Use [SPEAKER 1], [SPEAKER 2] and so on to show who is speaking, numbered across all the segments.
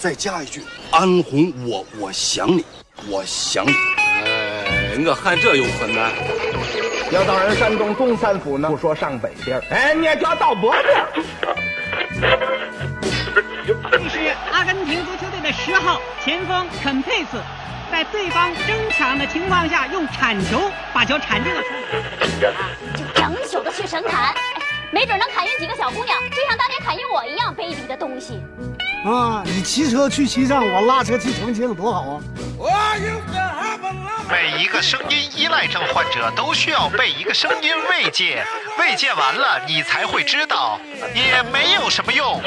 [SPEAKER 1] 再加一句：“安红，我我想你，我想你。
[SPEAKER 2] 哎，我看这有困难。
[SPEAKER 3] 要到人山东东三府呢，不说上北边儿，哎，你也叫到北边儿。
[SPEAKER 4] 阿根廷足球队的十号前锋肯佩斯，在对方争抢的情况下，用铲球把球铲进了出门。
[SPEAKER 5] 就整宿的去神砍，哎没准能砍晕几个小姑娘，就像当年砍晕我一样卑鄙的东西。
[SPEAKER 6] 啊，你骑车去西藏，我拉车去重庆，多好啊！
[SPEAKER 7] 每一个声音依赖症患者都需要被一个声音慰藉，慰藉完了，你才会知道，也没有什么用。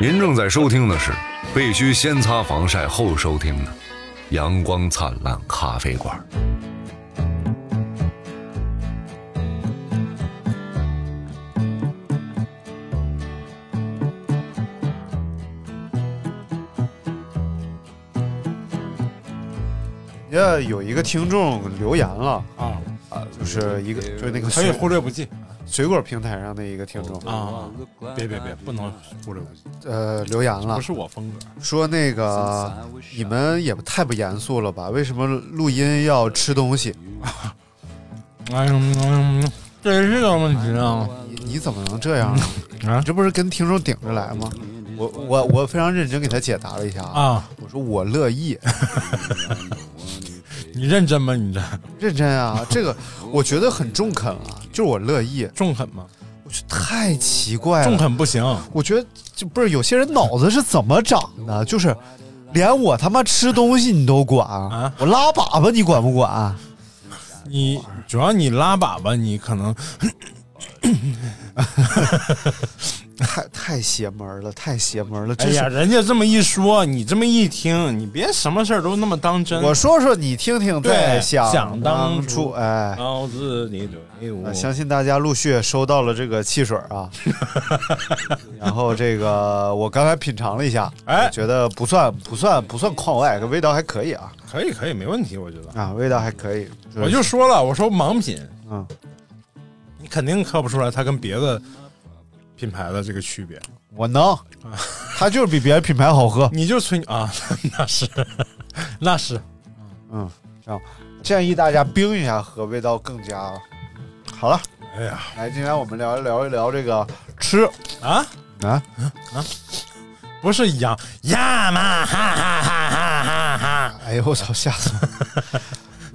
[SPEAKER 8] 您正在收听的是必须先擦防晒后收听的《阳光灿烂咖啡馆》。
[SPEAKER 9] 人家有一个听众留言了啊啊，就是一个就 是那个
[SPEAKER 10] 可以
[SPEAKER 9] 水
[SPEAKER 10] 忽略不计
[SPEAKER 9] 水果平台上的一个听众，
[SPEAKER 10] 啊！别别别，不能忽略不计，
[SPEAKER 9] 呃，留言了
[SPEAKER 10] 不，是我风格。
[SPEAKER 9] 说那个你们也太不严肃了吧？为什么录音要吃东西？
[SPEAKER 10] 哎呀，嗯嗯这是个问题啊！
[SPEAKER 9] 你你怎么能这样呢？
[SPEAKER 10] 啊
[SPEAKER 9] 你这不是跟听众顶着来吗？我我我非常认真给他解答了一下啊，
[SPEAKER 10] 啊，
[SPEAKER 9] 我说我乐意，
[SPEAKER 10] 你认真吗？你这
[SPEAKER 9] 认真啊，这个我觉得很中肯了，就是我乐意，
[SPEAKER 10] 中肯吗？
[SPEAKER 9] 我觉得太奇怪
[SPEAKER 10] 中
[SPEAKER 9] 了，
[SPEAKER 10] 肯不行，
[SPEAKER 9] 我觉得就不是有些人脑子是怎么长的，就是连我他妈吃东西你都管，
[SPEAKER 10] 啊
[SPEAKER 9] 我拉粑粑你管不管？
[SPEAKER 10] 你主要你拉粑粑，你可能
[SPEAKER 9] 太太邪门了，太邪门了！
[SPEAKER 10] 哎
[SPEAKER 9] 这是、
[SPEAKER 10] 呀，人家这么一说，你这么一听，你别什么事儿都那么当真。
[SPEAKER 9] 我说说你听听，
[SPEAKER 10] 对
[SPEAKER 9] 再
[SPEAKER 10] 想当
[SPEAKER 9] 当
[SPEAKER 10] 初哦
[SPEAKER 9] 哎。
[SPEAKER 10] 刀子你对我
[SPEAKER 9] 呃相信大家陆续收到了这个汽水 啊，然后这个我刚才品尝了一下，
[SPEAKER 10] 哎
[SPEAKER 9] 我觉得不算不算不算框外，味道还可以啊
[SPEAKER 10] 可以可以没问题，我觉得。
[SPEAKER 9] 啊，味道还可以。
[SPEAKER 10] 我就说了，我说盲品，
[SPEAKER 9] 嗯，
[SPEAKER 10] 你肯定看不出来它跟别的品牌的这个区别。
[SPEAKER 9] 我能，它就是比别的品牌好喝。
[SPEAKER 10] 你就吹牛啊， 那是那是，
[SPEAKER 9] 嗯，这样建议大家冰一下喝，味道更佳。好了，
[SPEAKER 10] 哎呀
[SPEAKER 9] 来，今天我们聊一聊一聊这个吃
[SPEAKER 10] 啊，
[SPEAKER 9] 啊，
[SPEAKER 10] 不是羊呀嘛哈哈哈哈哈哈，
[SPEAKER 9] 哎呦我操，吓死我了！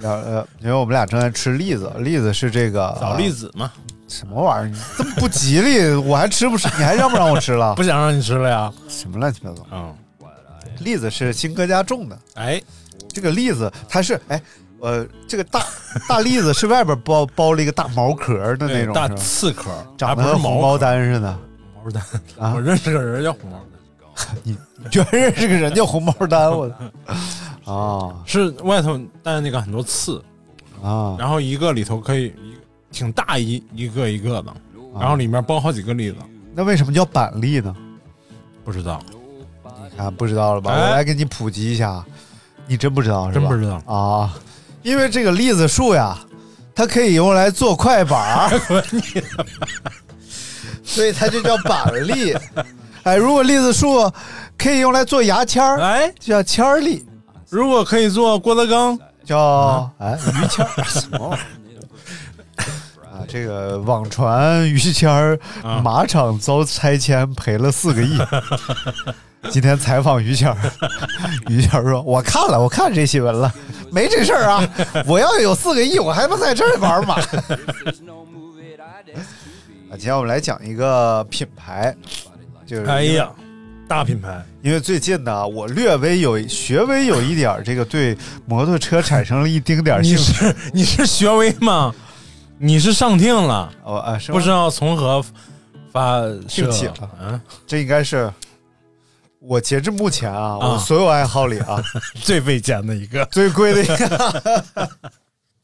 [SPEAKER 9] 聊呃，因为我们俩正在吃栗子，栗子是这个啊
[SPEAKER 10] 枣栗子嘛，
[SPEAKER 9] 什么玩意儿？你这么不吉利， 我还吃不吃？你还让不让我吃 了？
[SPEAKER 10] 不想让你吃了呀，
[SPEAKER 9] 什么乱七八糟？
[SPEAKER 10] 嗯，
[SPEAKER 9] 栗子是新哥家种的，
[SPEAKER 10] 哎，
[SPEAKER 9] 这个栗子它是哎。呃，这 个大大栗子是外边包包了一个大毛壳的那
[SPEAKER 10] 对
[SPEAKER 9] 种，
[SPEAKER 10] 大
[SPEAKER 9] 是吧
[SPEAKER 10] 刺壳，
[SPEAKER 9] 长
[SPEAKER 10] 还
[SPEAKER 9] 得
[SPEAKER 10] 不是
[SPEAKER 9] 跟红
[SPEAKER 10] 毛
[SPEAKER 9] 包丹似的。
[SPEAKER 10] 红毛丹，
[SPEAKER 9] 啊
[SPEAKER 10] 我认识个人叫红毛丹，
[SPEAKER 9] 你你居然认识个人叫红毛丹，我 啊操！
[SPEAKER 10] 是外头带那个很多刺，
[SPEAKER 9] 啊啊！
[SPEAKER 10] 然后一个里头可以一挺大一一个一个的，然后里面包好几个栗子，
[SPEAKER 9] 那为什么叫板栗呢？
[SPEAKER 10] 不知道，
[SPEAKER 9] 你看不知道了吧？
[SPEAKER 10] 哎
[SPEAKER 9] 我来给你普及一下，你真不知道是
[SPEAKER 10] 真
[SPEAKER 9] 吧？
[SPEAKER 10] 不知道
[SPEAKER 9] 啊！因为这个栗子树呀，它可以用来做快 板儿， 所以它就叫板栗。哎，如果栗子树可以用来做牙签儿，
[SPEAKER 10] 哎，
[SPEAKER 9] 就叫签儿栗，
[SPEAKER 10] 如果可以做郭德纲，
[SPEAKER 9] 叫哎于谦儿 什么玩意儿？啊，这个网传于谦儿
[SPEAKER 10] 啊
[SPEAKER 9] 马场遭拆迁赔了四个亿。今天采访于谦儿， 于谦儿说：“我看了，我看这新闻了，没这事儿啊！我要有四个亿，我还不在这儿玩马。” 啊，今天我们来讲一个品牌，就是
[SPEAKER 10] 哎呀，大品牌，
[SPEAKER 9] 因为最近呢，我略微有学微有一点儿这个对摩托车产生了一丁点儿
[SPEAKER 10] 你
[SPEAKER 9] 兴趣。
[SPEAKER 10] 是 你是学威吗？你是上听了，
[SPEAKER 9] 哦啊，是吗
[SPEAKER 10] 不知道从何发射
[SPEAKER 9] 兴起了
[SPEAKER 10] 嗯，
[SPEAKER 9] 这应该是我截至目前
[SPEAKER 10] 啊
[SPEAKER 9] 啊，我所有爱好里 啊
[SPEAKER 10] 最费钱的一个。
[SPEAKER 9] 最贵的一个。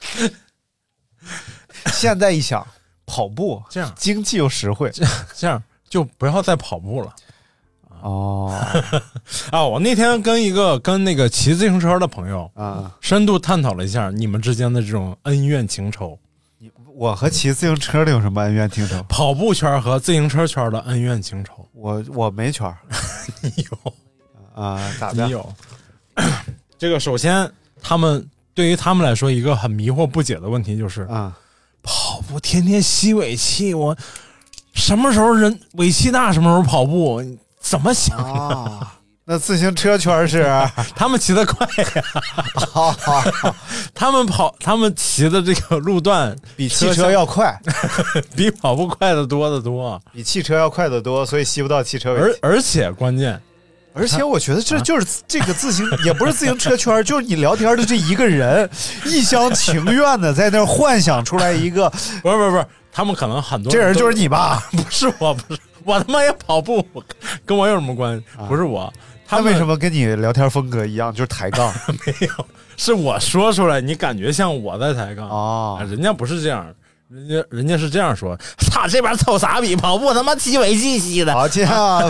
[SPEAKER 9] 现在一想，跑步
[SPEAKER 10] 这样
[SPEAKER 9] 经济又实惠
[SPEAKER 10] 这样就不要再跑步了
[SPEAKER 9] 哦
[SPEAKER 10] 啊！我那天跟一个跟那个骑自行车的朋友
[SPEAKER 9] 啊！
[SPEAKER 10] 深度探讨了一下你们之间的这种恩怨情仇，
[SPEAKER 9] 我和骑自行车的有什么恩怨情仇？
[SPEAKER 10] 跑步圈和自行车圈的恩怨情仇。
[SPEAKER 9] 我我没圈儿，
[SPEAKER 10] 哎呦，
[SPEAKER 9] 啊，咋
[SPEAKER 10] 你
[SPEAKER 9] 的？
[SPEAKER 10] 有 这个，首先他们对于他们来说，一个很迷惑不解的问题就是，
[SPEAKER 9] 啊，
[SPEAKER 10] 跑步天天吸尾气，我什么时候人尾气大，什么时候跑步，怎么想？
[SPEAKER 9] 啊， 那自行车圈是？啊
[SPEAKER 10] 他们骑得快呀、
[SPEAKER 9] 好好好，
[SPEAKER 10] 他们跑，他们骑的这个路段
[SPEAKER 9] 比汽车要快，
[SPEAKER 10] 比跑步快得多得多， 啊
[SPEAKER 9] 比汽车要快得多，所以吸不到汽车尾
[SPEAKER 10] 而
[SPEAKER 9] 气。
[SPEAKER 10] 而且关键，
[SPEAKER 9] 而且我觉得这就是这个自行，也不是自行车圈，就是你聊天的这一个人，一厢情愿的在那儿幻想出来一个，
[SPEAKER 10] 不是不是不是，他们可能很多
[SPEAKER 9] 这人
[SPEAKER 10] 都
[SPEAKER 9] 就是你吧？
[SPEAKER 10] 不是我，不是我他妈也跑步，我跟我有什么关系？
[SPEAKER 9] 啊
[SPEAKER 10] 不是我，他
[SPEAKER 9] 他
[SPEAKER 10] 们
[SPEAKER 9] 为什么跟你聊天风格一样，就是抬 杠？
[SPEAKER 10] 没有？是我说出来，你感觉像我在抬杠
[SPEAKER 9] 哦
[SPEAKER 10] 啊人家不是这样，人家人家是这样说：操，这边臭傻逼，跑步他妈鸡尾气息的。
[SPEAKER 9] 好，今天啊，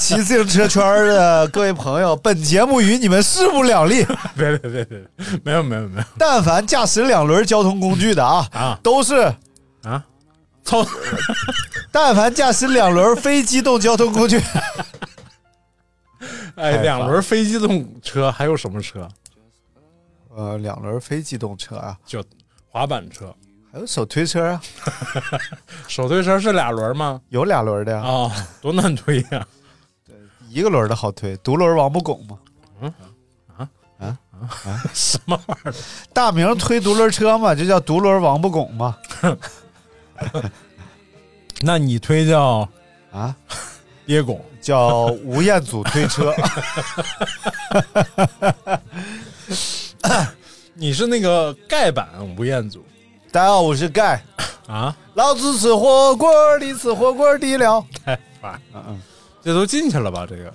[SPEAKER 9] 骑自行车圈的各位朋友，本节目与你们势不两立。
[SPEAKER 10] 别别别别，没有没有没有
[SPEAKER 9] 但凡驾驶两轮交通工具的啊，
[SPEAKER 10] 啊
[SPEAKER 9] 都是；
[SPEAKER 10] 啊， 臭
[SPEAKER 9] 但凡驾驶两轮非机动交通工具，
[SPEAKER 10] 哎，两轮非机动车还有什么车？
[SPEAKER 9] 呃，两轮非机动车啊，
[SPEAKER 10] 就滑板车、
[SPEAKER 9] 还有手推车啊，
[SPEAKER 10] 手推车是俩轮吗？
[SPEAKER 9] 有俩轮的呀、
[SPEAKER 10] 啊、多难推呀、
[SPEAKER 9] 一个轮的好推，独轮王不拱嘛。
[SPEAKER 10] 什么玩意儿？
[SPEAKER 9] 大明推独轮车嘛，就叫独轮王不拱嘛。
[SPEAKER 10] 那你推叫
[SPEAKER 9] 啊，
[SPEAKER 10] 憋拱？
[SPEAKER 9] 叫吴彦祖推车，
[SPEAKER 10] 你是那个盖板吴彦祖
[SPEAKER 9] 大家好，我是盖，
[SPEAKER 10] 啊？
[SPEAKER 9] 老子吃火锅里吃火锅底料。
[SPEAKER 10] 盖板，嗯嗯，这都进去了吧？这个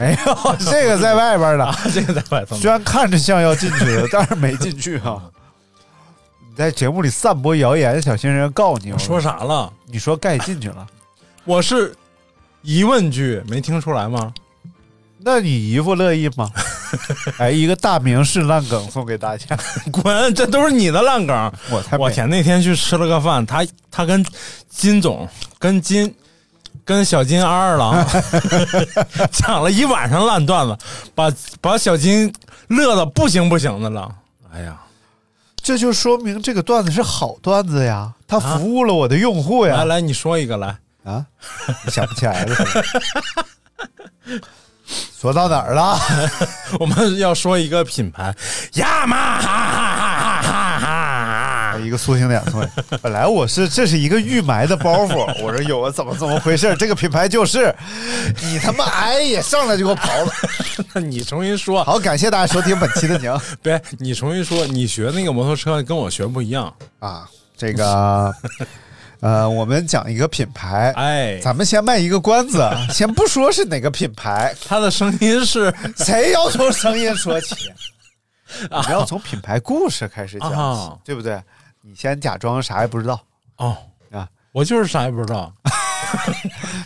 [SPEAKER 9] 没有，这个在外边
[SPEAKER 10] 啊
[SPEAKER 9] 呢。，
[SPEAKER 10] 这个在外头呢
[SPEAKER 9] 虽然看着像要进去，但是没进去啊。你在节目里散播谣言，小心人家告你。哦
[SPEAKER 10] 我说啥了？
[SPEAKER 9] 你说盖进去了，
[SPEAKER 10] 我是疑问句，没听出来吗？
[SPEAKER 9] 那你姨夫乐意吗？哎，一个大明式烂梗送给大家。
[SPEAKER 10] 滚！这都是你的烂梗。
[SPEAKER 9] 我才
[SPEAKER 10] 我
[SPEAKER 9] 没
[SPEAKER 10] 天，那天去吃了个饭，他他跟金总、跟金、跟小金二二郎 讲了一晚上烂段子，把把小金乐的不行不行的了。哎呀，
[SPEAKER 9] 这就说明这个段子是好段子呀，它服务了我的用户呀
[SPEAKER 10] 来。来，你说一个来。
[SPEAKER 9] 啊，你想不起来了是吧？说到哪儿了？
[SPEAKER 10] 我们要说一个品牌，雅马哈哈哈哈哈哈。
[SPEAKER 9] 一个塑形点错。本来我是这是一个预埋的包袱，我说有啊，怎么怎么回事？这个品牌就是你他妈哎呀，上来就给我刨了。
[SPEAKER 10] 那 你重新说，
[SPEAKER 9] 好，感谢大家收听本期的娘
[SPEAKER 10] 别，你重新说，你学那个摩托车跟我学不一样。
[SPEAKER 9] 啊，这个呃，我们讲一个品牌，
[SPEAKER 10] 哎，
[SPEAKER 9] 咱们先卖一个关子，先不说是哪个品牌，
[SPEAKER 10] 他的声音是
[SPEAKER 9] 谁要从声音 说起？我们要从品牌故事开始讲起，
[SPEAKER 10] 啊
[SPEAKER 9] 对不对？你先假装啥也不知道
[SPEAKER 10] 哦，
[SPEAKER 9] 啊，
[SPEAKER 10] 我就是啥也不知道。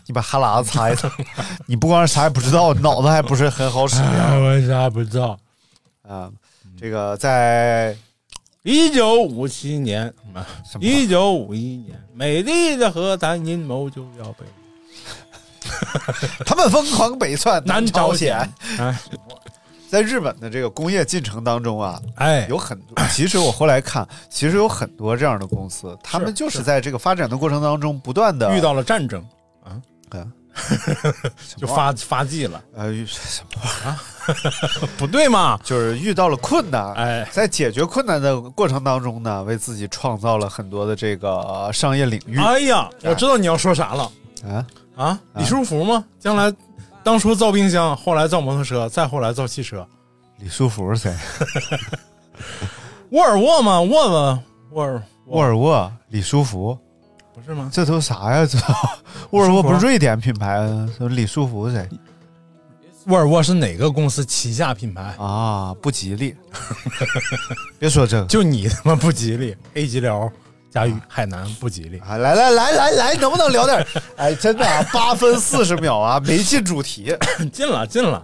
[SPEAKER 9] 你把哈喇子擦一擦。 你不光是啥也不知道，脑子还不是 很好使啊。
[SPEAKER 10] 我啥也不知道。
[SPEAKER 9] 啊这个在
[SPEAKER 10] 一九五七年，一九五一年，美丽的和谈阴谋就要被
[SPEAKER 9] 他们疯狂北窜
[SPEAKER 10] 南
[SPEAKER 9] 朝
[SPEAKER 10] 朝鲜。哎
[SPEAKER 9] 在日本的这个工业进程当中啊，
[SPEAKER 10] 哎，
[SPEAKER 9] 有很多。其实我后来看，其实有很多这样的公司，他们就是在这个发展的过程当中不断的
[SPEAKER 10] 遇到了战争，啊
[SPEAKER 9] 什
[SPEAKER 10] 就
[SPEAKER 9] 么玩意
[SPEAKER 10] 发发迹了，
[SPEAKER 9] 儿呃遇 什么玩意儿
[SPEAKER 10] 不对嘛？
[SPEAKER 9] 就是遇到了困难，
[SPEAKER 10] 哎
[SPEAKER 9] 在解决困难的过程当中呢，为自己创造了很多的这个呃商业领域
[SPEAKER 10] 哎呀，我知道你要说啥了
[SPEAKER 9] 啊。
[SPEAKER 10] 啊！李书福吗？将来当初造冰箱，后来造摩托车，再后来造汽车。
[SPEAKER 9] 李书福是谁？
[SPEAKER 10] 沃尔沃吗？沃沃沃尔
[SPEAKER 9] 沃尔沃、李书福，
[SPEAKER 10] 不是吗？
[SPEAKER 9] 这都啥呀？这沃尔沃不是瑞典品牌啊？什么啊李书福谁
[SPEAKER 10] 沃尔沃是哪个公司旗下品牌？
[SPEAKER 9] 啊？不吉利， 别说这个。
[SPEAKER 10] 就你他妈不吉利，A 级疗、佳
[SPEAKER 9] 啊
[SPEAKER 10] 宇、海南不吉 利。
[SPEAKER 9] 啊，来来来来来，能不能聊点儿？ 哎，真的啊，八分四十秒啊，没进主 题。
[SPEAKER 10] 进了，进了。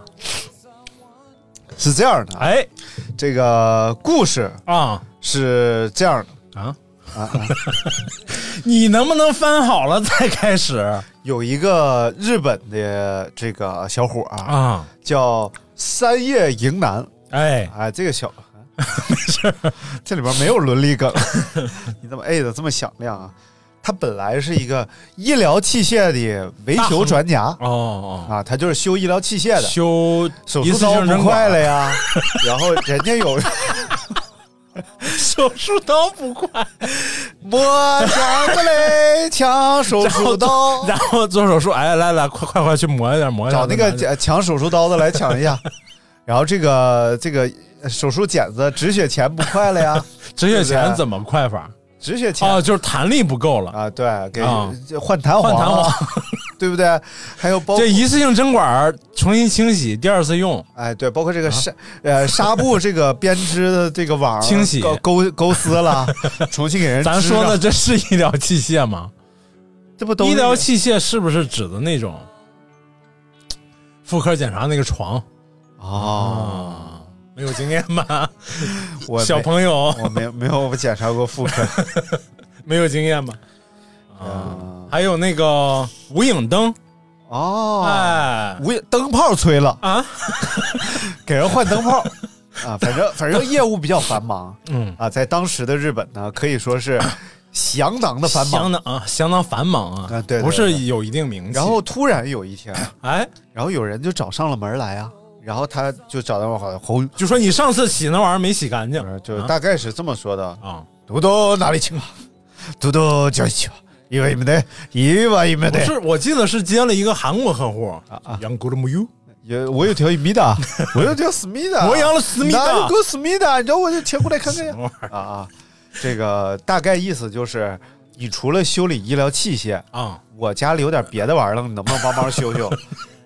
[SPEAKER 9] 是这样的，啊，
[SPEAKER 10] 哎
[SPEAKER 9] 这个故事
[SPEAKER 10] 啊
[SPEAKER 9] 是这样的，
[SPEAKER 10] 啊！你能不能翻好了再开始
[SPEAKER 9] 有一个日本的这个小伙儿啊，
[SPEAKER 10] 啊？
[SPEAKER 9] 叫三叶迎南，
[SPEAKER 10] 哎，
[SPEAKER 9] 哎，这个小， 没事，这里边没有伦理梗， 你怎么 A 的这么响亮啊？他本来是一个医疗器械的维修专家
[SPEAKER 10] 哦
[SPEAKER 9] 啊，他就是修医疗器械
[SPEAKER 10] 哦，
[SPEAKER 9] 的，
[SPEAKER 10] 修
[SPEAKER 9] 手
[SPEAKER 10] 一
[SPEAKER 9] 术
[SPEAKER 10] 次
[SPEAKER 9] 刀
[SPEAKER 10] 性针
[SPEAKER 9] 不快
[SPEAKER 10] 管
[SPEAKER 9] 了，呀，然后人家 有
[SPEAKER 10] 手术刀不快，
[SPEAKER 9] 摸墙过来抢手
[SPEAKER 10] 然后
[SPEAKER 9] 术刀
[SPEAKER 10] 做，然后做手术，哎，来来，快快快去磨一点，磨一点，
[SPEAKER 9] 找那个呃抢手术刀的来抢一下，然后这个这个手术剪子止血钳不快了呀，
[SPEAKER 10] 止血
[SPEAKER 9] 对不
[SPEAKER 10] 钳
[SPEAKER 9] 对
[SPEAKER 10] 怎么快法？
[SPEAKER 9] 止血钳
[SPEAKER 10] 哦，就是弹力不够了，
[SPEAKER 9] 啊，对，给
[SPEAKER 10] 啊
[SPEAKER 9] 这换弹
[SPEAKER 10] 换
[SPEAKER 9] 簧，
[SPEAKER 10] 弹 簧，
[SPEAKER 9] 对不对？还有包括
[SPEAKER 10] 这一次性针管儿重新清洗，第二次用，
[SPEAKER 9] 哎，对，包括这
[SPEAKER 10] 啊
[SPEAKER 9] 个纱、呃纱布这个编织的这个网儿
[SPEAKER 10] 清洗
[SPEAKER 9] 勾勾勾丝了，重新给人
[SPEAKER 10] 咱
[SPEAKER 9] 织
[SPEAKER 10] 说的
[SPEAKER 9] 上
[SPEAKER 10] 这是医疗器械吗？
[SPEAKER 9] 这不都
[SPEAKER 10] 医
[SPEAKER 9] 是
[SPEAKER 10] 疗器械是不是指的那种妇科检查那个床？
[SPEAKER 9] 哦，
[SPEAKER 10] 没有经验吧，
[SPEAKER 9] 我
[SPEAKER 10] 小
[SPEAKER 9] 没
[SPEAKER 10] 朋友
[SPEAKER 9] 我没有没有检查过妇 科
[SPEAKER 10] 没有经验吧？
[SPEAKER 9] 啊
[SPEAKER 10] 还有那个无影灯，
[SPEAKER 9] 哦，
[SPEAKER 10] 哎
[SPEAKER 9] 无灯泡吹了，
[SPEAKER 10] 啊，
[SPEAKER 9] 给人换灯泡啊，反正反正业务比较 繁忙，嗯啊，在当时的日本呢，可以说是相当的繁
[SPEAKER 10] 相
[SPEAKER 9] 忙。
[SPEAKER 10] 当啊，相当繁忙啊，
[SPEAKER 9] 啊对对
[SPEAKER 10] 不
[SPEAKER 9] 对
[SPEAKER 10] 是有一定名气。
[SPEAKER 9] 然后突然有一天，
[SPEAKER 10] 哎，
[SPEAKER 9] 然后有人就找上了门来啊，然后他就找到我好像红，
[SPEAKER 10] 就说你上次洗那玩意儿没洗干净，
[SPEAKER 9] 就大概是这么说的：
[SPEAKER 10] 啊，
[SPEAKER 9] 嘟嘟哪里去吧，嘟嘟叫去吧，因为你们的，因为你们
[SPEAKER 10] 不
[SPEAKER 9] 的，
[SPEAKER 10] 是，我记得是接了一个韩国客户
[SPEAKER 9] 啊
[SPEAKER 10] 杨古鲁木有，
[SPEAKER 9] 有我有条 米的，啊我有条思密啊达，
[SPEAKER 10] 我养了思密达
[SPEAKER 9] 哪有狗思密达，你让我就切过来看看呀
[SPEAKER 10] 什么玩意！
[SPEAKER 9] 啊啊，这个大概意思就是，你除了修理医疗器械，
[SPEAKER 10] 啊，
[SPEAKER 9] 我家里有点别的玩意儿了，你能不能帮忙 修修？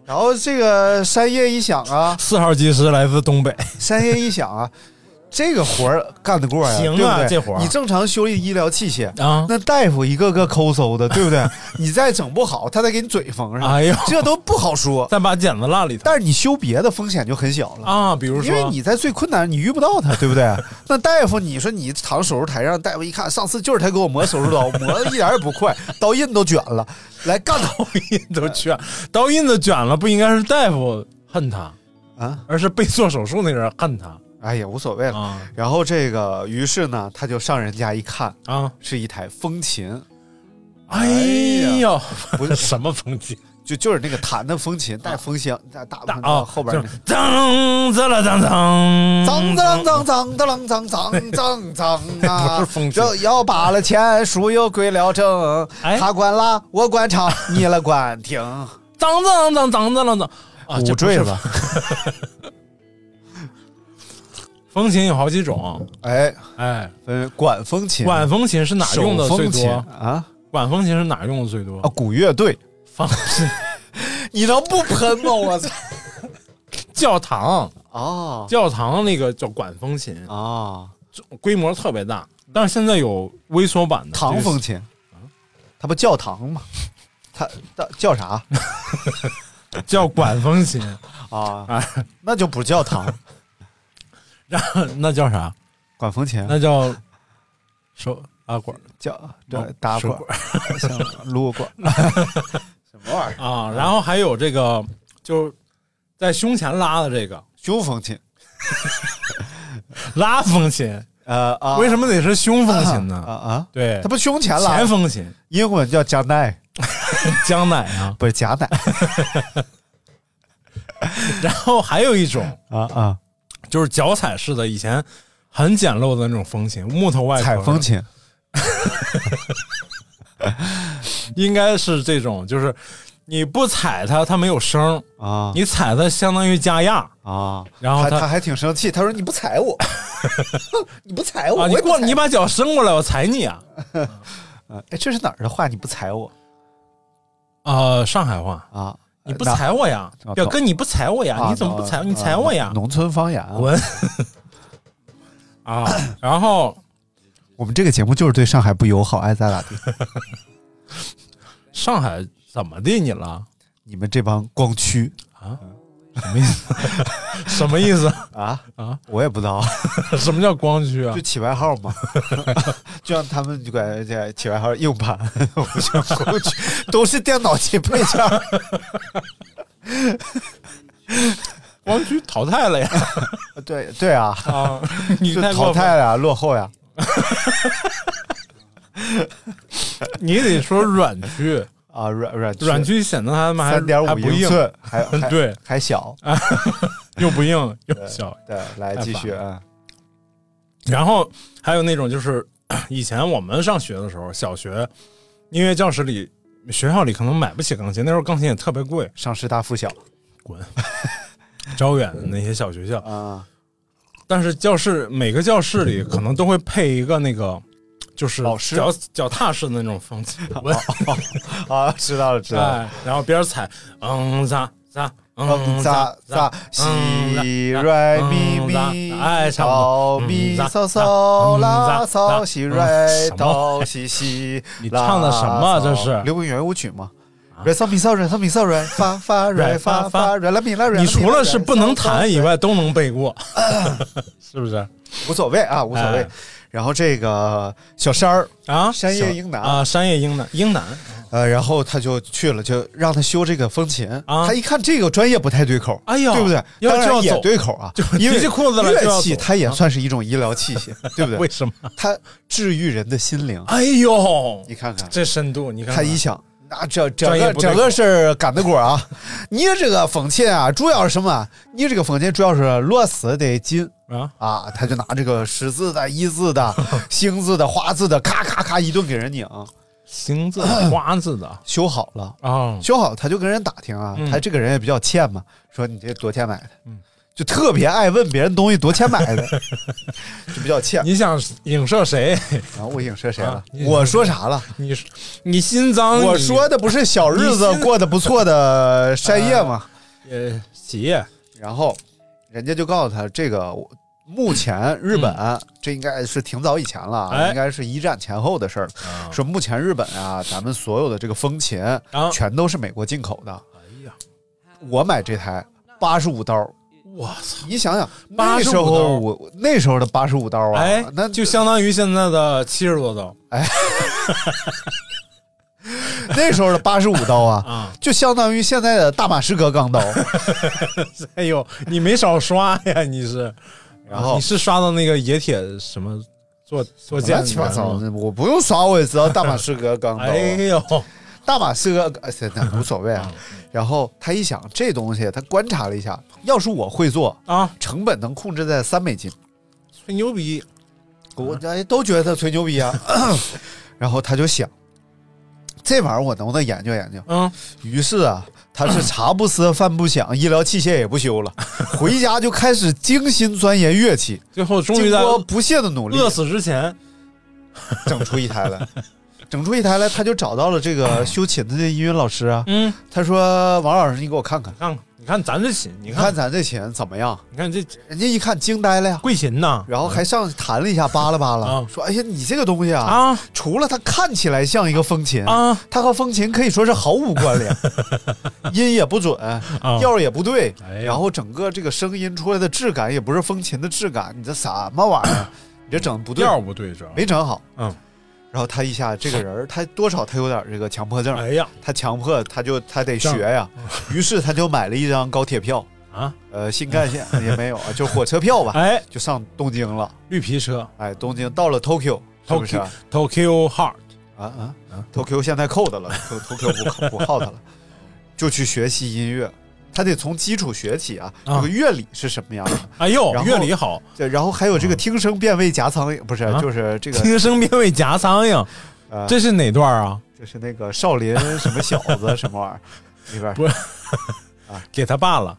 [SPEAKER 9] 然后这个山叶一想啊，
[SPEAKER 10] 四号技师来自东北，
[SPEAKER 9] 三爷一想啊，这个活儿干得过呀，
[SPEAKER 10] 行啊
[SPEAKER 9] 对不对
[SPEAKER 10] 这活儿
[SPEAKER 9] 你正常修理医疗器械
[SPEAKER 10] 啊
[SPEAKER 9] 那大夫一个个抠 搜的，对不对？你再整不好，他再给你嘴缝上，
[SPEAKER 10] 哎呦
[SPEAKER 9] 啊这都不好说。
[SPEAKER 10] 再把剪子落里头
[SPEAKER 9] 但是你修别的风险就很小了。
[SPEAKER 10] 啊，比如
[SPEAKER 9] 因为
[SPEAKER 10] 说
[SPEAKER 9] 你在最困难，你遇不到 他，对不对？那大夫，你说你躺手术台上，大夫一看，上次就是他给我磨手术刀，磨的一点儿也不快，刀印都卷了，来干他！
[SPEAKER 10] 刀印都卷，刀印子卷了，不应该是大夫恨他
[SPEAKER 9] 啊，
[SPEAKER 10] 而是被做手术那人恨他
[SPEAKER 9] 哎呀，无所谓了。
[SPEAKER 10] 啊
[SPEAKER 9] 然后这个，于是呢，他就上人家一看，
[SPEAKER 10] 啊！
[SPEAKER 9] 是一台风琴，
[SPEAKER 10] 哎呦，
[SPEAKER 9] 不是
[SPEAKER 10] 什么风景
[SPEAKER 9] 就就是那个弹的风琴，带风箱，带大
[SPEAKER 10] 大
[SPEAKER 9] 啊
[SPEAKER 10] 啊，
[SPEAKER 9] 后边
[SPEAKER 10] 就是嗯脏滋啦脏脏
[SPEAKER 9] 脏脏脏脏的啷脏脏脏 脏啊！
[SPEAKER 10] 不是风琴
[SPEAKER 9] 这要把了钱，输又归了正。
[SPEAKER 10] 哎
[SPEAKER 9] 他管拉，我管场，你了管停。
[SPEAKER 10] 脏脏脏脏脏脏脏啊！这
[SPEAKER 9] 五
[SPEAKER 10] 不是
[SPEAKER 9] 坠子，
[SPEAKER 10] 风琴有好几种，
[SPEAKER 9] 哎，
[SPEAKER 10] 哎，
[SPEAKER 9] 嗯，管风琴，
[SPEAKER 10] 管风琴是哪
[SPEAKER 9] 手
[SPEAKER 10] 用的最
[SPEAKER 9] 风琴
[SPEAKER 10] 多？
[SPEAKER 9] 啊
[SPEAKER 10] 管风琴是哪用的最多
[SPEAKER 9] 啊，？古乐队，
[SPEAKER 10] 放屁！
[SPEAKER 9] 你能不喷吗？我操！
[SPEAKER 10] 教堂，
[SPEAKER 9] 哦
[SPEAKER 10] 教堂那个叫管风琴，
[SPEAKER 9] 哦，
[SPEAKER 10] 规模特别大，但是现在有微缩版的
[SPEAKER 9] 唐风，琴，啊他不教堂吗？他他叫 啥
[SPEAKER 10] 这个叫管风 琴
[SPEAKER 9] 啊？
[SPEAKER 10] 啊，
[SPEAKER 9] 那就不叫堂，
[SPEAKER 10] 然后那叫啥？
[SPEAKER 9] 管风琴。
[SPEAKER 10] 那叫手拉管
[SPEAKER 9] 叫
[SPEAKER 10] 哦
[SPEAKER 9] 这打
[SPEAKER 10] 水
[SPEAKER 9] 管
[SPEAKER 10] 管，
[SPEAKER 9] 像撸管， 什么玩意儿？
[SPEAKER 10] 啊，然后还有这个就是在胸前拉的这个
[SPEAKER 9] 胸风琴，
[SPEAKER 10] 拉风琴，
[SPEAKER 9] 呃啊，
[SPEAKER 10] 为什么得是胸风琴
[SPEAKER 9] 啊
[SPEAKER 10] 呢？
[SPEAKER 9] 啊？
[SPEAKER 10] 对，
[SPEAKER 9] 它不胸前拉
[SPEAKER 10] 前，风琴，
[SPEAKER 9] 英文叫夹奶，
[SPEAKER 10] 江奶啊。
[SPEAKER 9] 不是夹奶
[SPEAKER 10] 然后还有一种
[SPEAKER 9] 啊啊，
[SPEAKER 10] 就是脚踩式的，以前很简陋的那种风琴，木头外壳
[SPEAKER 9] 采风琴
[SPEAKER 10] 应该是这种，就是你不踩它，它没有声儿；
[SPEAKER 9] 啊
[SPEAKER 10] 你踩它，相当于加压
[SPEAKER 9] 啊，
[SPEAKER 10] 然后
[SPEAKER 9] 他
[SPEAKER 10] 他
[SPEAKER 9] 他还挺生气，他说你不踩 我，你不踩我，
[SPEAKER 10] 啊！
[SPEAKER 9] 哦我
[SPEAKER 10] 你
[SPEAKER 9] 也不
[SPEAKER 10] 过，
[SPEAKER 9] 踩
[SPEAKER 10] 你把脚伸过来，我踩你啊！
[SPEAKER 9] 哎，这是哪儿的话？你不踩我
[SPEAKER 10] 啊，上海话，
[SPEAKER 9] 啊？
[SPEAKER 10] 你不
[SPEAKER 9] 哪
[SPEAKER 10] 踩我呀
[SPEAKER 9] 啊，
[SPEAKER 10] 表哥，你不踩我呀，
[SPEAKER 9] 啊
[SPEAKER 10] 你怎么不踩？
[SPEAKER 9] 啊
[SPEAKER 10] 你踩我呀，
[SPEAKER 9] 农村方言啊，
[SPEAKER 10] 滚！啊，然后
[SPEAKER 9] 我们这个节目就是对上海不友好，爱咋咋地。
[SPEAKER 10] 上海怎么的你了？
[SPEAKER 9] 你们这帮光驱
[SPEAKER 10] 啊什么意思？什么意思？
[SPEAKER 9] 啊
[SPEAKER 10] 啊，
[SPEAKER 9] 我也不知道。
[SPEAKER 10] 什么叫光驱啊
[SPEAKER 9] 就？起外号 嘛， 就让他们就管这起外号硬盘， 我就后去都是电脑级配件儿。
[SPEAKER 10] 光区淘汰了呀！
[SPEAKER 9] 对对啊，
[SPEAKER 10] 啊，你
[SPEAKER 9] 就
[SPEAKER 10] 太过
[SPEAKER 9] 淘
[SPEAKER 10] 分
[SPEAKER 9] 汰了呀，落后呀。
[SPEAKER 10] 你得说软 区，
[SPEAKER 9] 啊，软软
[SPEAKER 10] 软区显得他们还
[SPEAKER 9] 三点
[SPEAKER 10] 还
[SPEAKER 9] 五
[SPEAKER 10] 不
[SPEAKER 9] 英
[SPEAKER 10] 硬，
[SPEAKER 9] 寸，还还
[SPEAKER 10] 对
[SPEAKER 9] 还小。
[SPEAKER 10] 又不硬又小。
[SPEAKER 9] 对，来
[SPEAKER 10] 太
[SPEAKER 9] 继
[SPEAKER 10] 烦
[SPEAKER 9] 续啊，
[SPEAKER 10] 然后还有那种就是 以前我们上学的时候，小学音乐教室里、学校里可能买不起钢琴，那时候钢琴也特别贵，
[SPEAKER 9] 上师大附小
[SPEAKER 10] 滚，招远的那些小学校。
[SPEAKER 9] 啊，
[SPEAKER 10] 但是教室每个教室里可能都会配一个那个，就是
[SPEAKER 9] 老师
[SPEAKER 10] 脚脚踏式的那种风 琴，
[SPEAKER 9] 啊，知道了知道了。
[SPEAKER 10] 哎，然后边儿踩，嗯咋咋嗯
[SPEAKER 9] 嗯，咋咋西瑞咪咪，
[SPEAKER 10] 哎差不多
[SPEAKER 9] 哆咪
[SPEAKER 10] 嗯
[SPEAKER 9] 嗦
[SPEAKER 10] 咋
[SPEAKER 9] 嗦
[SPEAKER 10] 嗯
[SPEAKER 9] 啦
[SPEAKER 10] 咋
[SPEAKER 9] 嗦
[SPEAKER 10] 咋
[SPEAKER 9] 西
[SPEAKER 10] 嗯
[SPEAKER 9] 瑞
[SPEAKER 10] 什么
[SPEAKER 9] 哆西西。
[SPEAKER 10] 你
[SPEAKER 9] 啦
[SPEAKER 10] 唱的什么这是
[SPEAKER 9] 嗦刘文元舞曲吗？瑞嗦咪嗦瑞嗦咪嗦瑞发发瑞发发瑞啦咪啦瑞啦咪啦。
[SPEAKER 10] 你除了是不能弹以
[SPEAKER 9] 外。
[SPEAKER 10] 外，都能背过， 是不是？
[SPEAKER 9] 无所谓啊，无所谓
[SPEAKER 10] 哎。
[SPEAKER 9] 然后这个小山儿，
[SPEAKER 10] 啊，
[SPEAKER 9] 山叶
[SPEAKER 10] 小
[SPEAKER 9] 英男
[SPEAKER 10] 啊，山叶英男，英男
[SPEAKER 9] 呃，然后他就去了，就让他修这个风琴。
[SPEAKER 10] 啊
[SPEAKER 9] 他一看这个专业不太对口，
[SPEAKER 10] 哎呦
[SPEAKER 9] 对不对？
[SPEAKER 10] 要
[SPEAKER 9] 当然
[SPEAKER 10] 就要
[SPEAKER 9] 也
[SPEAKER 10] 走
[SPEAKER 9] 对口啊
[SPEAKER 10] 就，
[SPEAKER 9] 因为
[SPEAKER 10] 提起裤子来就
[SPEAKER 9] 乐
[SPEAKER 10] 要
[SPEAKER 9] 器
[SPEAKER 10] 走啊
[SPEAKER 9] 它也算是一种医疗器 械，对不
[SPEAKER 10] 为
[SPEAKER 9] 对？
[SPEAKER 10] 什么？
[SPEAKER 9] 它治愈人的心灵。
[SPEAKER 10] 哎呦，
[SPEAKER 9] 你看看，
[SPEAKER 10] 这深度，你看
[SPEAKER 9] 他
[SPEAKER 10] 看
[SPEAKER 9] 一想，那这整
[SPEAKER 10] 专业
[SPEAKER 9] 个
[SPEAKER 10] 不对
[SPEAKER 9] 整
[SPEAKER 10] 口
[SPEAKER 9] 个是擀的果啊！ 你这个风琴啊，主要是什么？你这个风琴主要是螺丝得紧。
[SPEAKER 10] 啊，
[SPEAKER 9] 啊，他就拿这个十字的、一 字的、星字的、花字的，咔咔咔一顿给人拧，
[SPEAKER 10] 行字的花字 的
[SPEAKER 9] 修好了。
[SPEAKER 10] 啊，
[SPEAKER 9] 修好他就跟人打听啊，
[SPEAKER 10] 嗯
[SPEAKER 9] 他这个人也比较欠嘛，说你这多钱买的，就特别爱问别人东西多钱买 的，就比较欠。
[SPEAKER 10] 你想影射谁？
[SPEAKER 9] 然后我影射谁了
[SPEAKER 10] 啊？你
[SPEAKER 9] 我说啥了？
[SPEAKER 10] 你你心脏，
[SPEAKER 9] 我
[SPEAKER 10] 你
[SPEAKER 9] 说的不是小日子
[SPEAKER 10] 你心啊
[SPEAKER 9] 过得不错的山叶吗？
[SPEAKER 10] 呃鞋
[SPEAKER 9] 然后人家就告诉他，这个我目前日本、这应该是挺早以前了啊，
[SPEAKER 10] 嗯哎
[SPEAKER 9] 应该是一战前后的事儿了。说目前日本啊，咱们所有的这个风琴
[SPEAKER 10] 啊
[SPEAKER 9] 全都是美国进口的。
[SPEAKER 10] 哎呀，
[SPEAKER 9] 我买这台八十五刀，
[SPEAKER 10] 我操！
[SPEAKER 9] 你想想，
[SPEAKER 10] 85
[SPEAKER 9] 那时候我那时候的八十五刀啊，
[SPEAKER 10] 哎，
[SPEAKER 9] 那
[SPEAKER 10] 就相当于现在的七十多刀
[SPEAKER 9] 那时候的八十五刀啊，
[SPEAKER 10] 啊！
[SPEAKER 9] 就相当于现在的大马士革钢 刀。
[SPEAKER 10] 哎呦，你没少刷呀，你是，
[SPEAKER 9] 然后
[SPEAKER 10] 你是刷到那个野铁什么做做
[SPEAKER 9] 乱
[SPEAKER 10] 剑
[SPEAKER 9] 七
[SPEAKER 10] 去
[SPEAKER 9] 八糟，我不用刷我也知道大马士革钢刀啊。
[SPEAKER 10] 哎呦，
[SPEAKER 9] 大马士革，哎现在无所谓
[SPEAKER 10] 嗯
[SPEAKER 9] 啊。然后他一想，这东西他观察了一下，要是我会做，
[SPEAKER 10] 啊，
[SPEAKER 9] 成本能控制在三美金，
[SPEAKER 10] 吹牛逼
[SPEAKER 9] 我哎都觉得他吹牛 逼啊。然后他就想，这玩意儿我能不能研究研究？
[SPEAKER 10] 嗯，
[SPEAKER 9] 于是啊，他是茶不思饭不想，医疗器械也不 修了，回家就开始精心钻研乐器。
[SPEAKER 10] 最后终于
[SPEAKER 9] 经
[SPEAKER 10] 在
[SPEAKER 9] 过不懈的努力，
[SPEAKER 10] 饿死之前，
[SPEAKER 9] 整出一台来。整出一台来，他就找到了这 个修琴的这音乐老师啊。
[SPEAKER 10] 嗯，
[SPEAKER 9] 他说：“王老师，你给我看看。”
[SPEAKER 10] 看看，你看咱这琴，你
[SPEAKER 9] 你看
[SPEAKER 10] 看，
[SPEAKER 9] 咱这琴怎么样？
[SPEAKER 10] 你看这
[SPEAKER 9] 人家一看惊呆了呀，
[SPEAKER 10] 贵琴呐，
[SPEAKER 9] 然后还上去弹了一下，扒拉扒拉
[SPEAKER 10] 啊，
[SPEAKER 9] 说：“哎呀，你这个东西啊，
[SPEAKER 10] 啊
[SPEAKER 9] 除了它看起来像一个风琴，
[SPEAKER 10] 啊
[SPEAKER 9] 它和风琴可以说是毫无关 联，音也不准，调儿也不对
[SPEAKER 10] 啊哎，呀
[SPEAKER 9] 然后整个这个声音出来的质感也不是风琴的质感，你这什么玩 意儿？你这整的不对，
[SPEAKER 10] 调不对着，
[SPEAKER 9] 没整好。”
[SPEAKER 10] 嗯。
[SPEAKER 9] 然后他一下，这个 人儿他多少他有点这个强迫症，
[SPEAKER 10] 哎呀
[SPEAKER 9] 他强迫他就他得学呀，于是他就买了一张高铁票，
[SPEAKER 10] 啊，
[SPEAKER 9] 呃，新 干线也没有啊，就是火车票吧，
[SPEAKER 10] 哎，
[SPEAKER 9] 就上东京了。
[SPEAKER 10] 绿皮车
[SPEAKER 9] 哎，东京到了 Tokyo，是不是？
[SPEAKER 10] Tokyo 嗯 Tokyo Heart
[SPEAKER 9] 啊啊，Tokyo 现在扣的了，To-，Tokyo 不 扣不耗他了，就去学习音乐，他得从基础学起啊，这
[SPEAKER 10] 啊
[SPEAKER 9] 个乐理是什么样的，
[SPEAKER 10] 哎呦
[SPEAKER 9] 然，后
[SPEAKER 10] 乐理好，
[SPEAKER 9] 对，然后还有这个听声辨位夹苍蝇，不是，
[SPEAKER 10] 啊
[SPEAKER 9] 就是这个，
[SPEAKER 10] 听声辨位夹苍蝇，
[SPEAKER 9] 呃，
[SPEAKER 10] 这是哪段啊？
[SPEAKER 9] 就是那个少林什么小子什 么玩意儿。里边儿
[SPEAKER 10] 不给他爸了，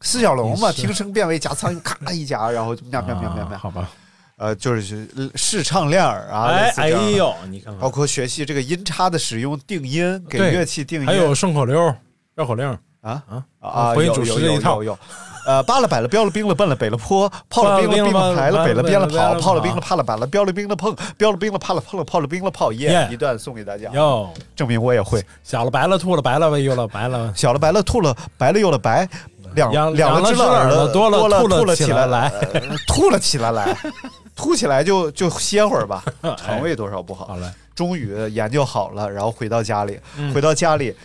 [SPEAKER 9] 释小龙嘛，
[SPEAKER 10] 你是
[SPEAKER 9] 听声辨位夹苍蝇，咔一夹，然后就喵喵喵喵
[SPEAKER 10] 啊
[SPEAKER 9] 喵，
[SPEAKER 10] 好吧，
[SPEAKER 9] 呃，就是视唱练耳啊，
[SPEAKER 10] 哎
[SPEAKER 9] 类似
[SPEAKER 10] 哎
[SPEAKER 9] 这样的
[SPEAKER 10] 呦，你看
[SPEAKER 9] 包
[SPEAKER 10] 看，
[SPEAKER 9] 括学习这个音叉的使用、定音、给
[SPEAKER 10] 对
[SPEAKER 9] 乐器定音，
[SPEAKER 10] 还有顺口溜、绕口令
[SPEAKER 9] 啊
[SPEAKER 10] 啊
[SPEAKER 9] 啊，
[SPEAKER 10] 回
[SPEAKER 9] 有
[SPEAKER 10] 主
[SPEAKER 9] 有
[SPEAKER 10] 持
[SPEAKER 9] 有
[SPEAKER 10] 这一套
[SPEAKER 9] 有，有，呃，扒了摆了，标了冰了，奔了北了坡，泡了冰了冰了排了北了边了跑，泡了冰了怕了板了，标了冰了碰，标了冰了怕了碰了，泡了冰了泡耶，
[SPEAKER 10] 耶
[SPEAKER 9] 一段送给大家，
[SPEAKER 10] 哟，
[SPEAKER 9] 证明我也会。
[SPEAKER 10] 小了白了，吐了白了，又了白了，
[SPEAKER 9] 小了白了，吐了白了又了白，两
[SPEAKER 10] 两
[SPEAKER 9] 两
[SPEAKER 10] 两了
[SPEAKER 9] 只
[SPEAKER 10] 只耳
[SPEAKER 9] 耳
[SPEAKER 10] 朵多了
[SPEAKER 9] 多了
[SPEAKER 10] 吐了
[SPEAKER 9] 了
[SPEAKER 10] 起来
[SPEAKER 9] 来
[SPEAKER 10] 来
[SPEAKER 9] 呃吐了起来来，吐起来就就歇会 儿吧，
[SPEAKER 10] 哎
[SPEAKER 9] 肠胃多少不好
[SPEAKER 10] 好。嘞，
[SPEAKER 9] 嗯终于研究好了，然后回到家里，回到家里。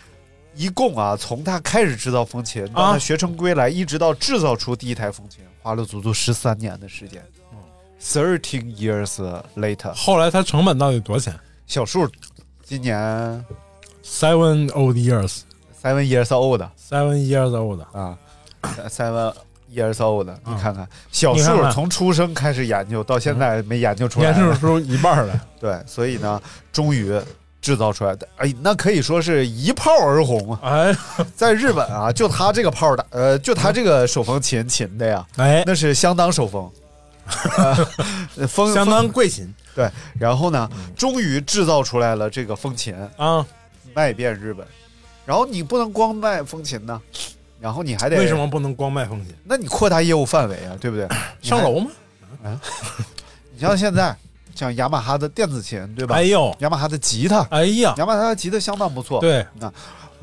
[SPEAKER 9] 一共啊，从他开始制造风琴到
[SPEAKER 10] 啊
[SPEAKER 9] 他学成归来，一直到制造出第一台风琴，花了足足十三年的时间。Thirteen years later，
[SPEAKER 10] 后来它成本到底多少钱
[SPEAKER 9] 小树今年
[SPEAKER 10] ？Seven old years,
[SPEAKER 9] seven years old
[SPEAKER 10] seven years old。
[SPEAKER 9] 啊，seven years old，你嗯看看小
[SPEAKER 10] 你看
[SPEAKER 9] 树
[SPEAKER 10] 看
[SPEAKER 9] 从出生开始研究，到现在没研究出来
[SPEAKER 10] 研
[SPEAKER 9] 呢。
[SPEAKER 10] 究出一半儿来，
[SPEAKER 9] 对，所以呢，终于制造出来的，哎，那可以说是一炮而红啊！
[SPEAKER 10] 哎
[SPEAKER 9] 在日本 啊，就他这个炮打，呃，就他这个手风琴琴的呀，
[SPEAKER 10] 哎，
[SPEAKER 9] 那是相当 手风，呃、风
[SPEAKER 10] 相当嗯
[SPEAKER 9] 风
[SPEAKER 10] 贵琴
[SPEAKER 9] 对。然后呢，终于制造出来了这个风琴，
[SPEAKER 10] 啊！
[SPEAKER 9] 卖遍日本。然后你不能光卖风琴呢，然后你还得
[SPEAKER 10] 为什？么不能光卖风琴？
[SPEAKER 9] 那你扩大业务范围啊，对不对？你
[SPEAKER 10] 上
[SPEAKER 9] 还，
[SPEAKER 10] 楼吗？
[SPEAKER 9] 你像现在像雅马哈的电子琴，对吧？
[SPEAKER 10] 哎呦，
[SPEAKER 9] 雅马哈的吉他，
[SPEAKER 10] 哎呀，
[SPEAKER 9] 雅马哈的吉他相当不错。
[SPEAKER 10] 对，
[SPEAKER 9] 那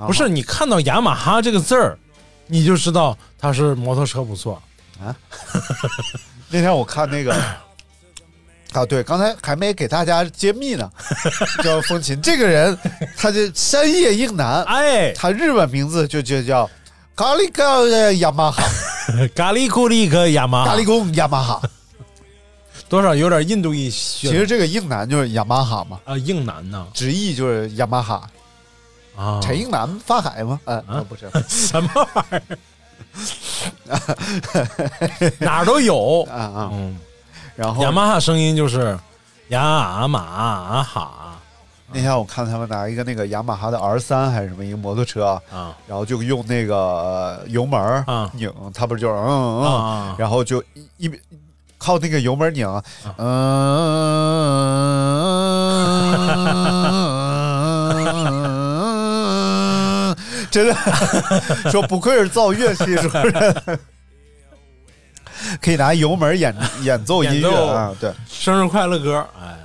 [SPEAKER 10] 不是你看到雅马哈这个字儿，你就知道它是摩托车不错。
[SPEAKER 9] 那天我看那个啊，对，刚才还没给大家揭秘呢， 叫风琴。这个人，他就山叶硬男，
[SPEAKER 10] 哎，
[SPEAKER 9] 他日本名字就就叫咖喱咖喱雅马哈，
[SPEAKER 10] 咖喱库里克雅马哈，
[SPEAKER 9] 咖喱公雅马哈。
[SPEAKER 10] 多少有点印度裔血
[SPEAKER 9] 其实这个硬男就是雅马哈嘛，
[SPEAKER 10] 啊，硬男呐
[SPEAKER 9] 直译就是雅马哈。
[SPEAKER 10] 啊，
[SPEAKER 9] 陈硬男发海吗？嗯、呃不是
[SPEAKER 10] 什么玩意儿？ 哪儿都有。
[SPEAKER 9] 啊啊。
[SPEAKER 10] 嗯，
[SPEAKER 9] 然后
[SPEAKER 10] 雅马哈声音就是雅马哈
[SPEAKER 9] 那天我看他们拿一个那个雅马哈的 R 三还是什么一个摩托车啊
[SPEAKER 10] 啊
[SPEAKER 9] 然后就用那个呃油门儿
[SPEAKER 10] 啊
[SPEAKER 9] 拧，它不是就是嗯嗯，
[SPEAKER 10] 啊
[SPEAKER 9] 然后就一一边靠那个油门拧，啊
[SPEAKER 10] 啊
[SPEAKER 9] 嗯，真的 说不愧是造乐器主任，可以拿油门演演奏音
[SPEAKER 10] 演
[SPEAKER 9] 乐
[SPEAKER 10] 奏
[SPEAKER 9] 啊，对。
[SPEAKER 10] 生日快乐歌，哎，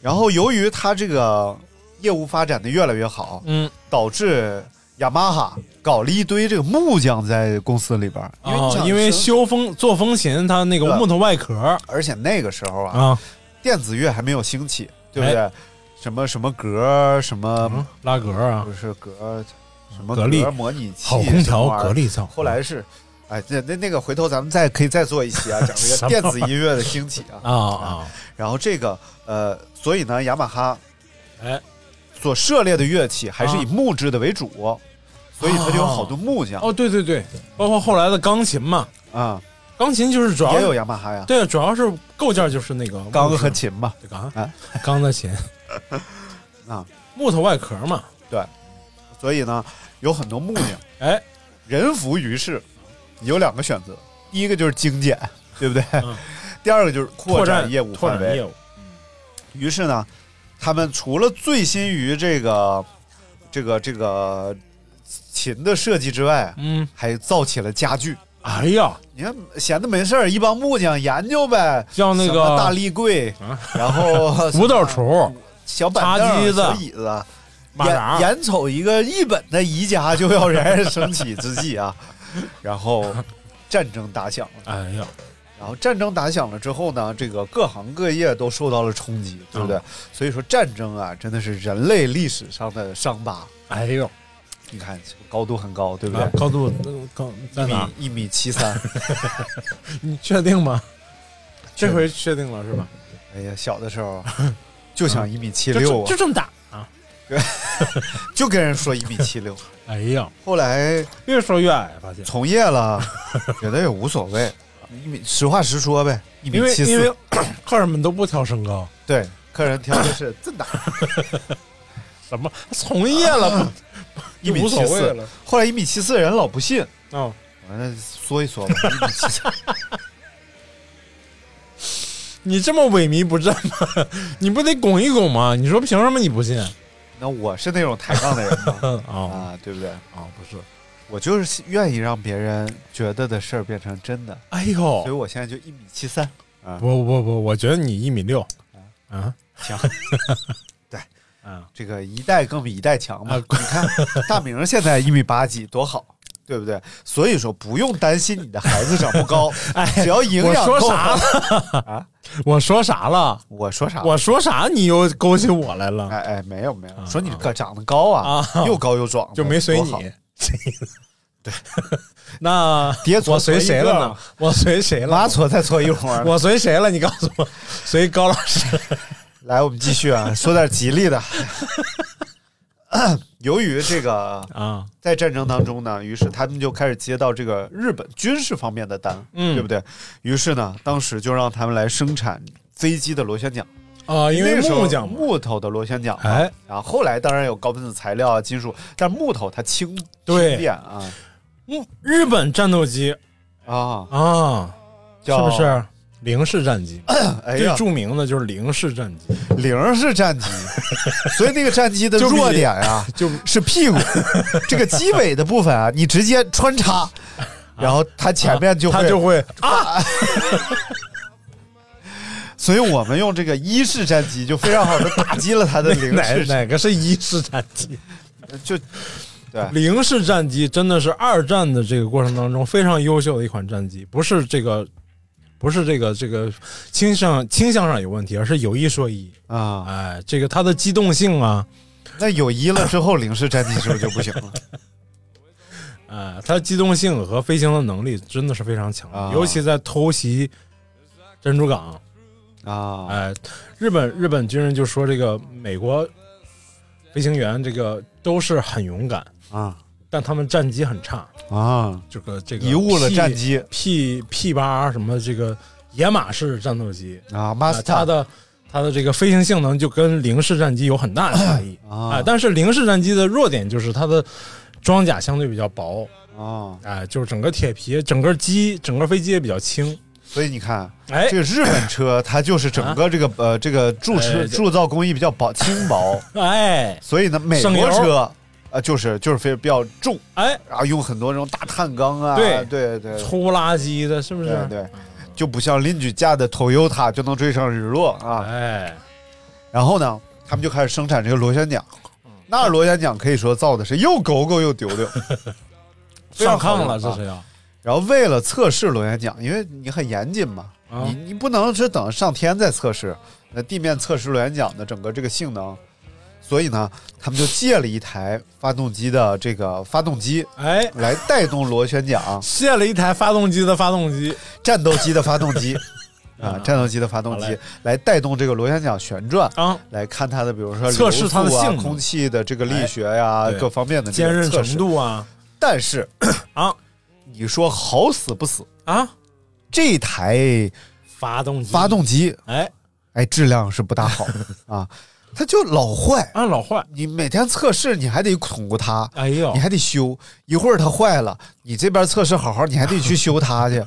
[SPEAKER 9] 然后由于它这个业务发展的越来越好，
[SPEAKER 10] 嗯，
[SPEAKER 9] 导致雅马哈搞了一堆这个木匠在公司里边儿，因为你
[SPEAKER 10] 哦
[SPEAKER 9] 想
[SPEAKER 10] 因为
[SPEAKER 9] 是
[SPEAKER 10] 修风做风琴，它那
[SPEAKER 9] 对
[SPEAKER 10] 个木头外壳
[SPEAKER 9] 而且那个时候啊，
[SPEAKER 10] 啊，
[SPEAKER 9] 电子乐还没有兴起，对不对？什么什么格，什么、
[SPEAKER 10] 哎嗯拉格啊
[SPEAKER 9] 不，是格，什么
[SPEAKER 10] 格力
[SPEAKER 9] 格模拟器，
[SPEAKER 10] 好空
[SPEAKER 9] 什么
[SPEAKER 10] 调
[SPEAKER 9] 玩意儿
[SPEAKER 10] 格。力造，
[SPEAKER 9] 后来是，哎，那那那个回头咱们再可以再做一 期啊，讲这
[SPEAKER 10] 什
[SPEAKER 9] 个
[SPEAKER 10] 么
[SPEAKER 9] 电子音乐的兴起啊。
[SPEAKER 10] 啊啊，
[SPEAKER 9] 然后这个呃，所以呢，雅马哈
[SPEAKER 10] 哎，
[SPEAKER 9] 所涉猎的乐器还是以
[SPEAKER 10] 啊
[SPEAKER 9] 木质的为主，所以它就有好多木匠
[SPEAKER 10] 哦对对对，包括后来的钢琴嘛，
[SPEAKER 9] 啊、
[SPEAKER 10] 钢琴就是主要
[SPEAKER 9] 也有雅马哈呀，
[SPEAKER 10] 对，主要是构件就是那个
[SPEAKER 9] 钢
[SPEAKER 10] 木质
[SPEAKER 9] 和琴嘛。
[SPEAKER 10] 对钢
[SPEAKER 9] 啊
[SPEAKER 10] 钢的琴
[SPEAKER 9] 啊，
[SPEAKER 10] 木头外壳嘛，
[SPEAKER 9] 所以呢，有很多木匠。
[SPEAKER 10] 哎，
[SPEAKER 9] 人浮于事，有两个选择，第一个就是精简，对不对？
[SPEAKER 10] 嗯
[SPEAKER 9] 第二个就是扩
[SPEAKER 10] 拓
[SPEAKER 9] 展
[SPEAKER 10] 展
[SPEAKER 9] 业务
[SPEAKER 10] 拓
[SPEAKER 9] 范
[SPEAKER 10] 展
[SPEAKER 9] 围
[SPEAKER 10] 业。务，
[SPEAKER 9] 于是呢，他们除了醉心于这个、这个、这个琴的设计之外，
[SPEAKER 10] 嗯，
[SPEAKER 9] 还造起了家具。
[SPEAKER 10] 哎呀，
[SPEAKER 9] 你看，闲的没事儿，一帮木匠研究呗，
[SPEAKER 10] 叫那
[SPEAKER 9] 什
[SPEAKER 10] 个
[SPEAKER 9] 么大立柜，然后
[SPEAKER 10] 土豆厨、
[SPEAKER 9] 小板凳
[SPEAKER 10] 茶
[SPEAKER 9] 儿、
[SPEAKER 10] 几子
[SPEAKER 9] 小椅子，
[SPEAKER 10] 马
[SPEAKER 9] 眼
[SPEAKER 10] 扎，
[SPEAKER 9] 眼瞅一个日本的宜家就要冉冉升起之际 啊，然后战争打响了。
[SPEAKER 10] 哎呀，
[SPEAKER 9] 然后战争打响了之后呢，这个各行各业都受到了冲击，对不对？
[SPEAKER 10] 嗯
[SPEAKER 9] 所以说战争啊，真的是人类历史上的伤疤。
[SPEAKER 10] 哎呦，
[SPEAKER 9] 你看高度很高，对不
[SPEAKER 10] 啊
[SPEAKER 9] 对？
[SPEAKER 10] 高度嗯高在
[SPEAKER 9] 一
[SPEAKER 10] 哪
[SPEAKER 9] 米？一米 七三，
[SPEAKER 10] 你确定吗？这回确定了是吧？
[SPEAKER 9] 哎呀，小的时候 就想一米七
[SPEAKER 10] 嗯就
[SPEAKER 9] 六
[SPEAKER 10] 这
[SPEAKER 9] 啊
[SPEAKER 10] 就，这么大啊！
[SPEAKER 9] 就跟人说一米 七六。
[SPEAKER 10] 哎呀，
[SPEAKER 9] 后来
[SPEAKER 10] 越说越矮，发现
[SPEAKER 9] 从业了，觉得也无所谓，一米实话实说呗，一米
[SPEAKER 10] 因为
[SPEAKER 9] 七四。
[SPEAKER 10] 因为 客人们都不挑身高，
[SPEAKER 9] 对，客人挑的是 这么大，
[SPEAKER 10] 什么从业了，
[SPEAKER 9] 一米
[SPEAKER 10] 无所
[SPEAKER 9] 七
[SPEAKER 10] 谓
[SPEAKER 9] 四
[SPEAKER 10] 了。
[SPEAKER 9] 后来一米七四人老不信，
[SPEAKER 10] 不啊，
[SPEAKER 9] 完了缩一缩吧， 一米七四。
[SPEAKER 10] 你这么萎靡不振吗？ 你不得拱一拱吗？你说凭什么你不信？
[SPEAKER 9] 那我是那种抬杠的人 吗？
[SPEAKER 10] 嗯啊
[SPEAKER 9] 啊，对不对？
[SPEAKER 10] 啊，不是，
[SPEAKER 9] 我就是愿意让别人觉得的事儿变成真的，
[SPEAKER 10] 哎
[SPEAKER 9] 所以
[SPEAKER 10] 呦，
[SPEAKER 9] 我现在就一米七三。
[SPEAKER 10] 不不不，我觉得你一米六啊
[SPEAKER 9] 行，对
[SPEAKER 10] 啊，
[SPEAKER 9] 这个一代更比一代强
[SPEAKER 10] 啊
[SPEAKER 9] 嘛。你看大明现在一米八几，多好对不对？所以说不用担心你的孩子长不 高，只要营
[SPEAKER 10] 哎我
[SPEAKER 9] 养够。
[SPEAKER 10] 说啥了？
[SPEAKER 9] 啊？
[SPEAKER 10] 我说啥了？
[SPEAKER 9] 我说啥？
[SPEAKER 10] 我说啥？你又勾起我来了
[SPEAKER 9] 哎哎，没有没有，说你个长得高啊，
[SPEAKER 10] 啊
[SPEAKER 9] 又高又壮，
[SPEAKER 10] 就没随
[SPEAKER 9] 多
[SPEAKER 10] 你
[SPEAKER 9] 好。
[SPEAKER 10] 对， 那
[SPEAKER 9] 别左
[SPEAKER 10] 我随谁了呢？我随谁
[SPEAKER 9] 拉
[SPEAKER 10] 了？
[SPEAKER 9] 错再错一会儿。
[SPEAKER 10] 我随谁了？你告诉我，随高老师。
[SPEAKER 9] 来，我们继续啊，说点吉利的。 由于这个
[SPEAKER 10] 啊，
[SPEAKER 9] 在战争当中呢，于是他们就开始接到这个日本军事方面的单，
[SPEAKER 10] 嗯
[SPEAKER 9] 对不对？于是呢，当时就让他们来生产飞机的螺旋桨，
[SPEAKER 10] 啊，因为
[SPEAKER 9] 那时候
[SPEAKER 10] 木匠嘛，
[SPEAKER 9] 木头的螺旋桨嘛，
[SPEAKER 10] 哎，
[SPEAKER 9] 然后后来当然有高分子材料啊、金属，但木头它轻
[SPEAKER 10] 对
[SPEAKER 9] 轻便啊
[SPEAKER 10] 木日本战斗机
[SPEAKER 9] 啊，
[SPEAKER 10] 啊，是
[SPEAKER 9] 叫
[SPEAKER 10] 不是零式战机？
[SPEAKER 9] 哎
[SPEAKER 10] 最
[SPEAKER 9] 呀，
[SPEAKER 10] 著名的就是零式战机，
[SPEAKER 9] 零是 战机，所以那个战机的
[SPEAKER 10] 就比
[SPEAKER 9] 弱点啊，就是屁 股这个机尾的部分啊，你直接穿插，然后它前面就会，
[SPEAKER 10] 啊它就会
[SPEAKER 9] 所以我们用这个一式战机就非常好的打击了它的 零
[SPEAKER 10] 哪
[SPEAKER 9] 式，
[SPEAKER 10] 哪个是一式战机？
[SPEAKER 9] 就对
[SPEAKER 10] 零式战机真的是二战的这个过程当中非常优秀的一款战机，不是这个，不是这个这个倾向倾向上有问题，而是有一说一，
[SPEAKER 9] 啊，
[SPEAKER 10] 哎，这个它的机动性啊，
[SPEAKER 9] 那有一了之后，零式战机是不是就不行了？
[SPEAKER 10] 哎，它的机动性和飞行的能力真的是非常强，
[SPEAKER 9] 啊
[SPEAKER 10] 尤其在偷袭珍珠港，
[SPEAKER 9] 啊，
[SPEAKER 10] 哎，日本日本军人就说这个美国飞行员这个都是很勇敢，
[SPEAKER 9] 啊
[SPEAKER 10] 但他们战绩很差，
[SPEAKER 9] 啊，
[SPEAKER 10] 这个这个
[SPEAKER 9] 贻误了
[SPEAKER 10] P-
[SPEAKER 9] 战机
[SPEAKER 10] P P 八什么这个野马式战斗机，
[SPEAKER 9] 啊
[SPEAKER 10] 啊，它
[SPEAKER 9] ，master
[SPEAKER 10] 的它的这个飞行性能就跟零式战机有很大的差异
[SPEAKER 9] 啊
[SPEAKER 10] 但是零式战机的弱点就是它的装甲相对比较薄，
[SPEAKER 9] 啊，
[SPEAKER 10] 哎，就是整个铁皮、整个机、整个飞机也比较轻，
[SPEAKER 9] 所以你看。
[SPEAKER 10] 哎
[SPEAKER 9] 这，个日本车，它就是整个这个呃这个铸
[SPEAKER 10] 哎
[SPEAKER 9] 车
[SPEAKER 10] 这
[SPEAKER 9] 铸造工艺比较薄轻薄，
[SPEAKER 10] 哎，
[SPEAKER 9] 所以呢，美
[SPEAKER 10] 省
[SPEAKER 9] 国
[SPEAKER 10] 油
[SPEAKER 9] 车呃就是就是非比较重，
[SPEAKER 10] 哎，
[SPEAKER 9] 然后用很多那种大碳钢啊，
[SPEAKER 10] 对
[SPEAKER 9] 对对
[SPEAKER 10] 粗垃圾的，是不是？
[SPEAKER 9] 对对，就不像邻居家的 Toyota 就能追上日落啊。
[SPEAKER 10] 哎，
[SPEAKER 9] 然后呢，他们就开始生产这个螺旋桨，
[SPEAKER 10] 嗯
[SPEAKER 9] 那螺旋桨可以说造的是又狗狗又丢 丢。非
[SPEAKER 10] 上
[SPEAKER 9] 常好
[SPEAKER 10] 炕
[SPEAKER 9] 用
[SPEAKER 10] 了，
[SPEAKER 9] 啊
[SPEAKER 10] 这是要。
[SPEAKER 9] 然后为了测试螺旋桨，因为你很严谨嘛，
[SPEAKER 10] 啊
[SPEAKER 9] 你你不能是等上天再测试，那地面测试螺旋桨的整个这个性能，所以呢，他们就借了一台发动机的这个发动机
[SPEAKER 10] 哎，
[SPEAKER 9] 来带动螺旋桨，
[SPEAKER 10] 卸了一台发动机的发动机，
[SPEAKER 9] 战斗机的发动 机啊，战斗机的发动
[SPEAKER 10] 好
[SPEAKER 9] 机
[SPEAKER 10] 嘞
[SPEAKER 9] 来带动这个螺旋桨旋转。
[SPEAKER 10] 啊，
[SPEAKER 9] 来看它的，比如说
[SPEAKER 10] 测试它的
[SPEAKER 9] 流速啊
[SPEAKER 10] 性能
[SPEAKER 9] 空气的这个力学呀、
[SPEAKER 10] 哎对
[SPEAKER 9] 各方面的这
[SPEAKER 10] 坚
[SPEAKER 9] 个
[SPEAKER 10] 韧
[SPEAKER 9] 测
[SPEAKER 10] 程
[SPEAKER 9] 试。
[SPEAKER 10] 度啊，
[SPEAKER 9] 但是
[SPEAKER 10] 啊
[SPEAKER 9] 你说好死不死，
[SPEAKER 10] 啊，
[SPEAKER 9] 这台
[SPEAKER 10] 发动机，
[SPEAKER 9] 发，动机
[SPEAKER 10] 哎，
[SPEAKER 9] 哎，质量是不大好 啊，它就老坏。
[SPEAKER 10] 啊，老坏，
[SPEAKER 9] 你每天测试，你还得捅咕它，
[SPEAKER 10] 哎呦
[SPEAKER 9] 你，还得修。一会儿它坏了，你这边测试好好，你还得去修它 去，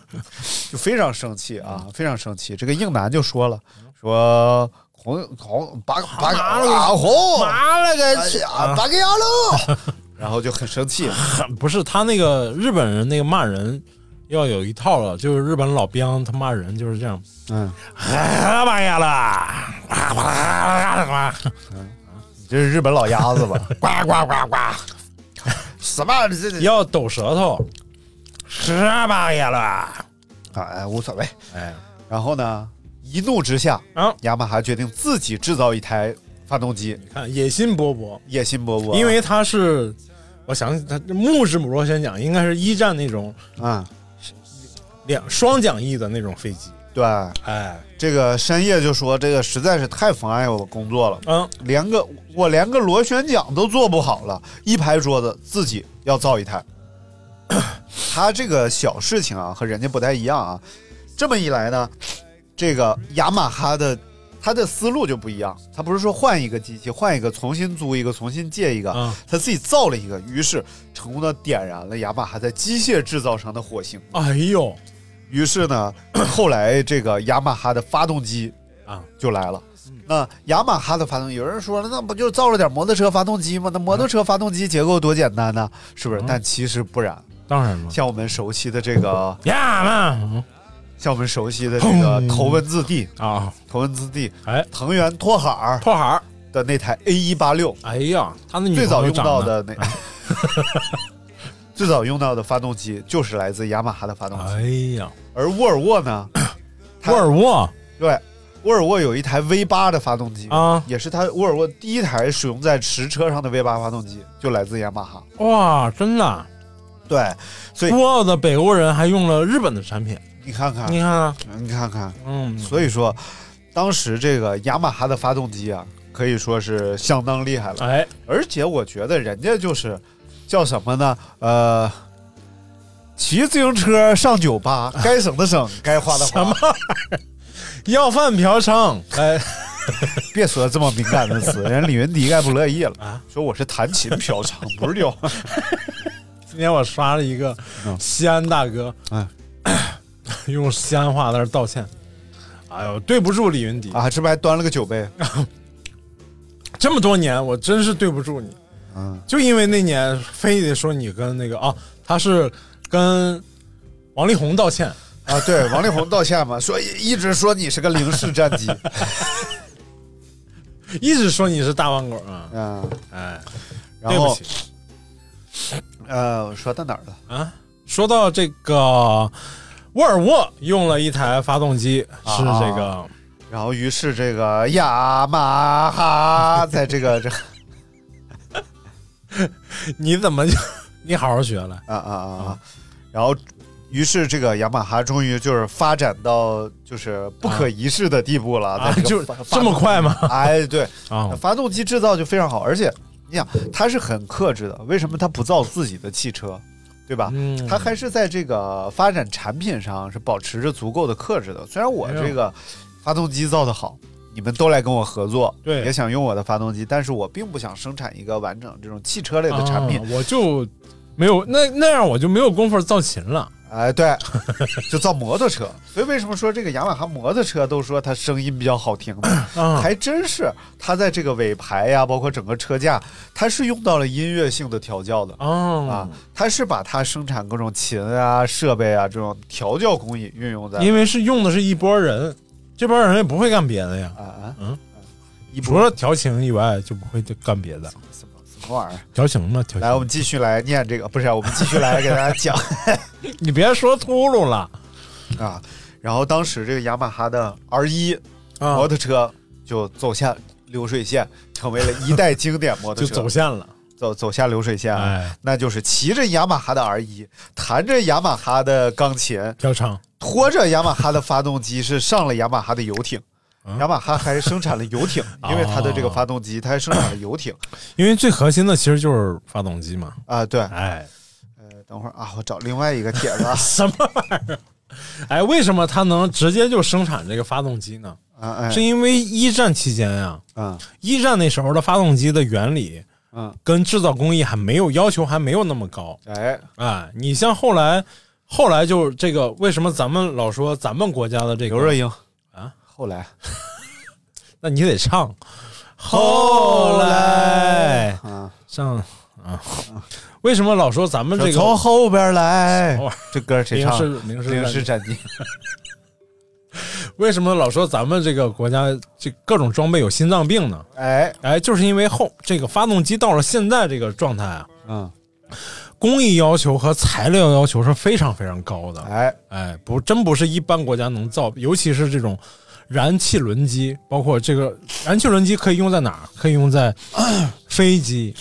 [SPEAKER 9] 就非常生气啊，非常生气。这个硬男就说了，说红红把把啊红，
[SPEAKER 10] 麻了个
[SPEAKER 9] 哎呀，八个牙喽， 然后就很生气
[SPEAKER 10] 不是他那个日本人那个骂人要有一套了，就是日本老兵他骂人就是这样，
[SPEAKER 9] 嗯，
[SPEAKER 10] 哎，妈呀啦，呱呱
[SPEAKER 9] 你这是日本老鸭子 吧？
[SPEAKER 10] 呱呱呱呱，
[SPEAKER 9] 什么这这？
[SPEAKER 10] 要抖舌头，十八呀啦，
[SPEAKER 9] 哎，无所谓。
[SPEAKER 10] 哎，
[SPEAKER 9] 然后呢，一怒之下，
[SPEAKER 10] 啊，
[SPEAKER 9] 雅马哈决定自己制造一台发动机，
[SPEAKER 10] 你看野心勃勃，
[SPEAKER 9] 野心勃勃。
[SPEAKER 10] 因为他是，我想起他木质母螺旋桨应该是一战那种
[SPEAKER 9] 啊、
[SPEAKER 10] 两双桨翼的那种飞机，
[SPEAKER 9] 对
[SPEAKER 10] 哎，
[SPEAKER 9] 这个深夜就说，这个实在是太妨碍我工作了，
[SPEAKER 10] 嗯，
[SPEAKER 9] 连个我连个螺旋桨都做不好了，一拍桌子自己要造一台。 他这个小事情啊，和人家不太一样啊。这么一来呢，这个雅马哈的他的思路就不一样，他不是说换一个机器，换一个，重新租一个，重新借一个，
[SPEAKER 10] 啊
[SPEAKER 9] 他自己造了一个，于是成功的点燃了雅马哈在机械制造上的火星。
[SPEAKER 10] 哎呦，
[SPEAKER 9] 于是呢， 后来这个雅马哈的发动机
[SPEAKER 10] 啊
[SPEAKER 9] 就来了。那雅马哈的发动，有人说了，那不就造了点摩托车发动机吗？那摩托车发动机结构多简单呢，是不是？
[SPEAKER 10] 嗯
[SPEAKER 9] 但其实不然，
[SPEAKER 10] 当然了，
[SPEAKER 9] 像我们熟悉的这个，
[SPEAKER 10] 呀嘛，
[SPEAKER 9] 像我们熟悉的这个
[SPEAKER 10] 轰
[SPEAKER 9] 头文字 D，
[SPEAKER 10] 啊，
[SPEAKER 9] 头文字 D，
[SPEAKER 10] 哎，
[SPEAKER 9] 藤原拓海儿
[SPEAKER 10] 破孩儿。
[SPEAKER 9] 的那台 A 一八六，
[SPEAKER 10] 哎呀，他那女
[SPEAKER 9] 最
[SPEAKER 10] 朋
[SPEAKER 9] 早
[SPEAKER 10] 友
[SPEAKER 9] 用
[SPEAKER 10] 长
[SPEAKER 9] 到
[SPEAKER 10] 得
[SPEAKER 9] 的那， 最早用到的发动机就是来自雅马哈的发动机，
[SPEAKER 10] 哎呀，
[SPEAKER 9] 而沃尔 沃呢，它
[SPEAKER 10] 沃尔沃
[SPEAKER 9] 对，沃尔沃有一台 V 八的发动机，
[SPEAKER 10] 啊，
[SPEAKER 9] 也是它沃尔沃第一台使用在实车上的 V 八发动机，就来自雅马哈。
[SPEAKER 10] 哇，真的，啊
[SPEAKER 9] 对，啊所以
[SPEAKER 10] 孤傲的北欧人还用了日本的产品，
[SPEAKER 9] 你看看，
[SPEAKER 10] 你看看，
[SPEAKER 9] 你看看，
[SPEAKER 10] 嗯，
[SPEAKER 9] 所以说，当时这个雅马哈的发动机啊，可以说是相当厉害了。
[SPEAKER 10] 哎，
[SPEAKER 9] 而且我觉得人家就是叫什么呢？呃，骑自行车上酒吧，该省的省，该花的
[SPEAKER 10] 什么
[SPEAKER 9] 花。
[SPEAKER 10] 要饭嫖娼，哎，
[SPEAKER 9] 别说这么敏感的词，人李云迪该不乐意了，
[SPEAKER 10] 啊
[SPEAKER 9] 说我是弹琴嫖娼，不是酒。
[SPEAKER 10] 今天我刷了一个
[SPEAKER 9] 嗯
[SPEAKER 10] 西安大哥，
[SPEAKER 9] 嗯
[SPEAKER 10] 用西安话在那儿道歉，哎呦，对不住李云迪，
[SPEAKER 9] 啊，这不还端了个酒杯？
[SPEAKER 10] 这么多年我真是对不住你，
[SPEAKER 9] 嗯，
[SPEAKER 10] 就因为那年非得说你跟那个啊，他是跟王力宏道歉，
[SPEAKER 9] 啊，对，王力宏道歉嘛，说一直说你是个零式战机，
[SPEAKER 10] 一直说你是大饭馆啊，
[SPEAKER 9] 嗯，
[SPEAKER 10] 哎，
[SPEAKER 9] 然
[SPEAKER 10] 对不
[SPEAKER 9] 后
[SPEAKER 10] 起
[SPEAKER 9] 呃，我说到哪儿了？
[SPEAKER 10] 啊，说到这个沃尔沃用了一台发动机，
[SPEAKER 9] 啊
[SPEAKER 10] 是这个、
[SPEAKER 9] 然后于是这个雅马哈在这个这
[SPEAKER 10] 你怎么就 你好好学来，
[SPEAKER 9] 啊啊啊啊！然后，于是这个雅马哈终于就是发展到就是不可一世的地步了，
[SPEAKER 10] 啊
[SPEAKER 9] 在这
[SPEAKER 10] 就
[SPEAKER 9] 个发
[SPEAKER 10] 这么？快吗？
[SPEAKER 9] 发动哎，对，
[SPEAKER 10] 啊，
[SPEAKER 9] 发动机制造就非常好，而且你想，它是很克制的，为什么它不造自己的汽车，对吧？
[SPEAKER 10] 嗯
[SPEAKER 9] 它还是在这个发展产品上是保持着足够的克制的。虽然我
[SPEAKER 10] 哎呦
[SPEAKER 9] 这个发动机造的好，你们都来跟我合作，
[SPEAKER 10] 对
[SPEAKER 9] 也想用我的发动机，但是我并不想生产一个完整这种汽车类的产品
[SPEAKER 10] 啊，我就没有那那样我就没有功夫造琴了。
[SPEAKER 9] 哎，对， 就造摩托车。所以为什么说这个雅马哈摩托车都说它声音比较好听呢？
[SPEAKER 10] 啊，
[SPEAKER 9] 还真是，它在这个尾排呀、包括整个车架，它是用到了音乐性的调教的。啊
[SPEAKER 10] 啊，，
[SPEAKER 9] 它是把它生产各种琴啊、设备啊这种调教工艺运用在
[SPEAKER 10] 因为是用的是一波人，这波人也不会干别的呀，
[SPEAKER 9] 啊啊，
[SPEAKER 10] 嗯，
[SPEAKER 9] 一
[SPEAKER 10] 除
[SPEAKER 9] 波
[SPEAKER 10] 了调情以外就不会干别的。
[SPEAKER 9] 什么什么玩意儿？
[SPEAKER 10] 调情嘛，调情。
[SPEAKER 9] 来，我们继续来念这个，不是，我们继续来给大家 讲
[SPEAKER 10] 你别说秃噜了
[SPEAKER 9] 啊。然后当时这个雅马哈的 R 一
[SPEAKER 10] 啊
[SPEAKER 9] 摩，托车就走下流水线，成为了一代经典摩托
[SPEAKER 10] 就
[SPEAKER 9] 车，
[SPEAKER 10] 走线了。
[SPEAKER 9] 走走下流水线啊，
[SPEAKER 10] 哎，
[SPEAKER 9] 那就是骑着雅马哈的 R 一，弹着雅马哈的钢琴，
[SPEAKER 10] 嫖娼
[SPEAKER 9] 拖着雅马哈的发动机，是上了雅马哈的游艇。
[SPEAKER 10] 嗯
[SPEAKER 9] 雅马哈还生产了游 艇，因为它的这个发动机，它还生产了游艇
[SPEAKER 10] 因为最核心的其实就是发动机嘛。
[SPEAKER 9] 啊、对，
[SPEAKER 10] 哎，
[SPEAKER 9] 呃，等会儿啊，我找另外一个帖子啊
[SPEAKER 10] 什么玩意儿？哎，为什么它能直接就生产这个发动机呢？
[SPEAKER 9] 啊，哎
[SPEAKER 10] 是因为一战期间啊呀、
[SPEAKER 9] 嗯
[SPEAKER 10] 一战那时候的发动机的原理
[SPEAKER 9] 嗯，
[SPEAKER 10] 跟制造工艺还没有要求，还没有那么高。
[SPEAKER 9] 哎，
[SPEAKER 10] 哎，你像后来，后来就这个为什么咱们老说咱们国家的这个
[SPEAKER 9] 刘若英
[SPEAKER 10] 啊，
[SPEAKER 9] 后来
[SPEAKER 10] 那你得唱。后来
[SPEAKER 9] 啊，
[SPEAKER 10] 上啊，为什么老说咱们这
[SPEAKER 9] 说
[SPEAKER 10] 个
[SPEAKER 9] 从后边来
[SPEAKER 10] 什么玩意，
[SPEAKER 9] 这歌谁
[SPEAKER 10] 零
[SPEAKER 9] 唱？
[SPEAKER 10] 式零式
[SPEAKER 9] 零
[SPEAKER 10] 战
[SPEAKER 9] 式战机。
[SPEAKER 10] 为什么老说咱们这个国家这各种装备有心脏病呢？
[SPEAKER 9] 哎，
[SPEAKER 10] 哎，就是因为后这个发动机到了现在这个状态啊，
[SPEAKER 9] 嗯，
[SPEAKER 10] 工艺要求和材料要求是非常非常高的。
[SPEAKER 9] 哎，
[SPEAKER 10] 哎，不，真不是一般国家能造，尤其是这种燃气轮机，包括这个燃气轮机可以用在哪儿？可以用 在飞机、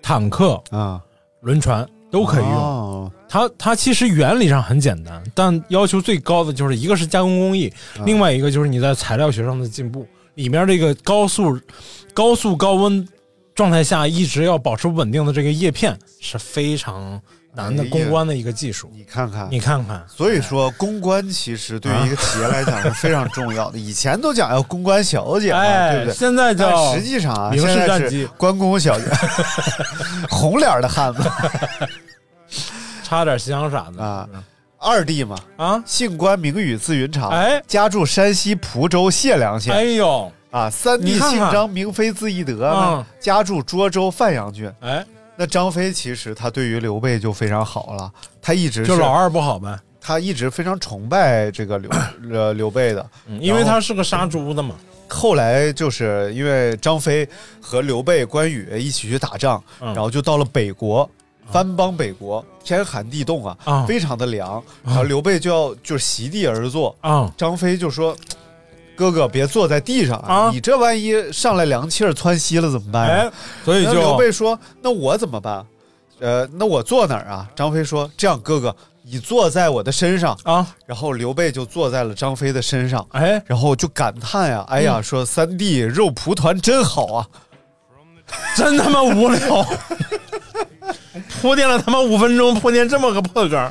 [SPEAKER 10] 坦克、
[SPEAKER 9] 啊，
[SPEAKER 10] 轮船都可以用。
[SPEAKER 9] 哦
[SPEAKER 10] 它它其实原理上很简单，但要求最高的就是一个是加工工艺，
[SPEAKER 9] 啊
[SPEAKER 10] 另外一个就是你在材料学上的进步。里面这个高速、高速高温状态下一直要保持稳定的这个叶片是非常难的
[SPEAKER 9] 哎呀
[SPEAKER 10] 攻关的一个技术。
[SPEAKER 9] 你看看，
[SPEAKER 10] 你看看，
[SPEAKER 9] 所以说公关其实对于一个企业来讲是非常 重要的。以前都讲要公关小姐嘛，对
[SPEAKER 10] 哎，
[SPEAKER 9] 不对？
[SPEAKER 10] 现在
[SPEAKER 9] 但
[SPEAKER 10] 叫
[SPEAKER 9] 实际上啊，
[SPEAKER 10] 零
[SPEAKER 9] 现
[SPEAKER 10] 式
[SPEAKER 9] 在
[SPEAKER 10] 战
[SPEAKER 9] 是
[SPEAKER 10] 机
[SPEAKER 9] 关公小姐， 红脸的汉子
[SPEAKER 10] 差点香啥的
[SPEAKER 9] 啊，二弟嘛，
[SPEAKER 10] 啊！
[SPEAKER 9] 姓关名羽字云长，
[SPEAKER 10] 哎
[SPEAKER 9] 家住山西蒲州解良县、
[SPEAKER 10] 哎呦，
[SPEAKER 9] 啊。三弟
[SPEAKER 10] 你看
[SPEAKER 9] 姓
[SPEAKER 10] 看
[SPEAKER 9] 张，名飞字翼德呢，
[SPEAKER 10] 嗯
[SPEAKER 9] 家住涿州范阳郡。
[SPEAKER 10] 哎，
[SPEAKER 9] 那张飞其实他对于刘备就非常好了，他一直是
[SPEAKER 10] 就老二不好呗，
[SPEAKER 9] 他一直非常崇拜这个刘呃刘备的，
[SPEAKER 10] 嗯因为他是个杀猪的嘛。
[SPEAKER 9] 后来就是因为张飞和刘备、关羽一起去打仗，
[SPEAKER 10] 嗯
[SPEAKER 9] 然后就到了北国，藩邦北国，天寒地冻啊，
[SPEAKER 10] 啊
[SPEAKER 9] 非常的凉。然后刘备就要就是席地而坐，
[SPEAKER 10] 啊
[SPEAKER 9] 张飞就说：“哥哥别坐在地上
[SPEAKER 10] 啊
[SPEAKER 9] 你这万一上来凉气儿窜稀了怎么办、啊
[SPEAKER 10] 哎
[SPEAKER 9] 呀？”，
[SPEAKER 10] 所以
[SPEAKER 9] 那
[SPEAKER 10] 就
[SPEAKER 9] 刘备说：“那我怎么办？呃，那我坐哪儿啊？”张飞说：“这样，哥哥，你坐在我的身上。
[SPEAKER 10] 啊，”
[SPEAKER 9] 然后刘备就坐在了张飞的身上，
[SPEAKER 10] 哎，
[SPEAKER 9] 然后就感叹呀、哎呀，说三弟肉蒲团真好 啊！
[SPEAKER 10] 真他妈无聊， 铺垫了他妈五分钟，铺垫这么个破梗儿，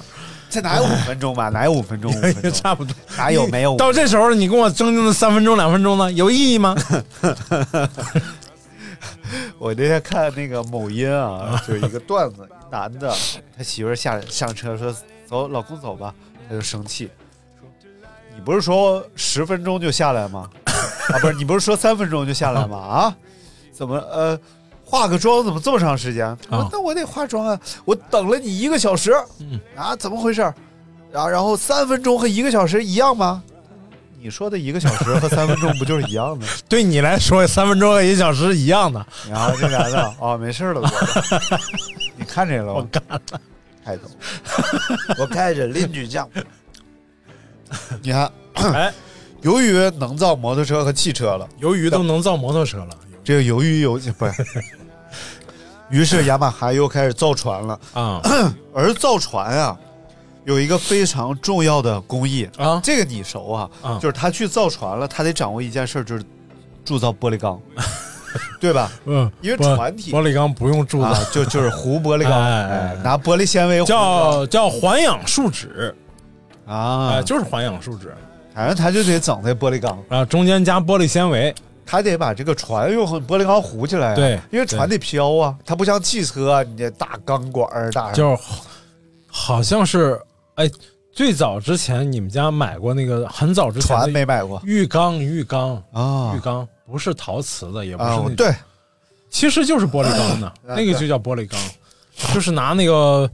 [SPEAKER 9] 这哪有五分钟吧？哪有五分钟？五分
[SPEAKER 10] 也
[SPEAKER 9] 钟
[SPEAKER 10] 差不多。
[SPEAKER 9] 哪有没有五分钟？
[SPEAKER 10] 到这时候了，你跟我争那三分钟两分钟呢，有意义吗？
[SPEAKER 9] 我那天看那个某音啊，就是一个段子，一男的他媳妇儿下上车说：“走，老公走吧。”他就生气说：“你不是说十分钟就下来吗？啊，不是，你不是说三分钟就下来吗？啊，怎么呃，化个妆怎么这么长时间？他说那我得化妆啊，我等了你一个小时，啊，怎么回事？然、后然后三分钟和一个小时一样吗？”你说的一个小时和三分钟不就是一样的吗？
[SPEAKER 10] 对你来说，三分钟和一小时是一样的。
[SPEAKER 9] 然后这男的哦，没事了，我你看这个了吗？我干了， 太懂了，我开着邻居酱。你看，
[SPEAKER 10] 哎，
[SPEAKER 9] 由于能造摩托车和汽车了，
[SPEAKER 10] 鱿鱼都能造摩托车了
[SPEAKER 9] 这个由于有 不是，于是雅马哈又开始造船了。
[SPEAKER 10] 啊
[SPEAKER 9] 而造船啊，有一个非常重要的工艺
[SPEAKER 10] 啊
[SPEAKER 9] 这个你熟啊，
[SPEAKER 10] 啊
[SPEAKER 9] 就是他去造船了，他得掌握一件事儿，就是铸造玻璃 钢，对吧？
[SPEAKER 10] 嗯，
[SPEAKER 9] 因为船体
[SPEAKER 10] 玻璃钢不用柱
[SPEAKER 9] 啊
[SPEAKER 10] 子，，
[SPEAKER 9] 就就是糊玻璃钢，
[SPEAKER 10] 哎哎
[SPEAKER 9] 哎
[SPEAKER 10] 哎
[SPEAKER 9] 拿玻璃纤维糊
[SPEAKER 10] 叫叫环氧树脂，
[SPEAKER 9] 啊
[SPEAKER 10] 哎，，就是环氧树脂
[SPEAKER 9] 反正他就得整那玻璃钢，
[SPEAKER 10] 啊，中间加玻璃纤维，
[SPEAKER 9] 他得把这个船用玻璃钢糊起来、啊，
[SPEAKER 10] 对
[SPEAKER 9] 因为船得飘啊，它不像汽车啊，你这大钢管儿大，
[SPEAKER 10] 就是好好像是哎，最早之前你们家买过那个很早之前
[SPEAKER 9] 船
[SPEAKER 10] 的
[SPEAKER 9] 没买过
[SPEAKER 10] 浴缸，浴缸，
[SPEAKER 9] 啊
[SPEAKER 10] 浴缸不是陶瓷的，也不是
[SPEAKER 9] 啊
[SPEAKER 10] 那，种
[SPEAKER 9] 对，
[SPEAKER 10] 其实就是玻璃缸 的，
[SPEAKER 9] 啊
[SPEAKER 10] 那个就叫玻璃缸，就是拿那个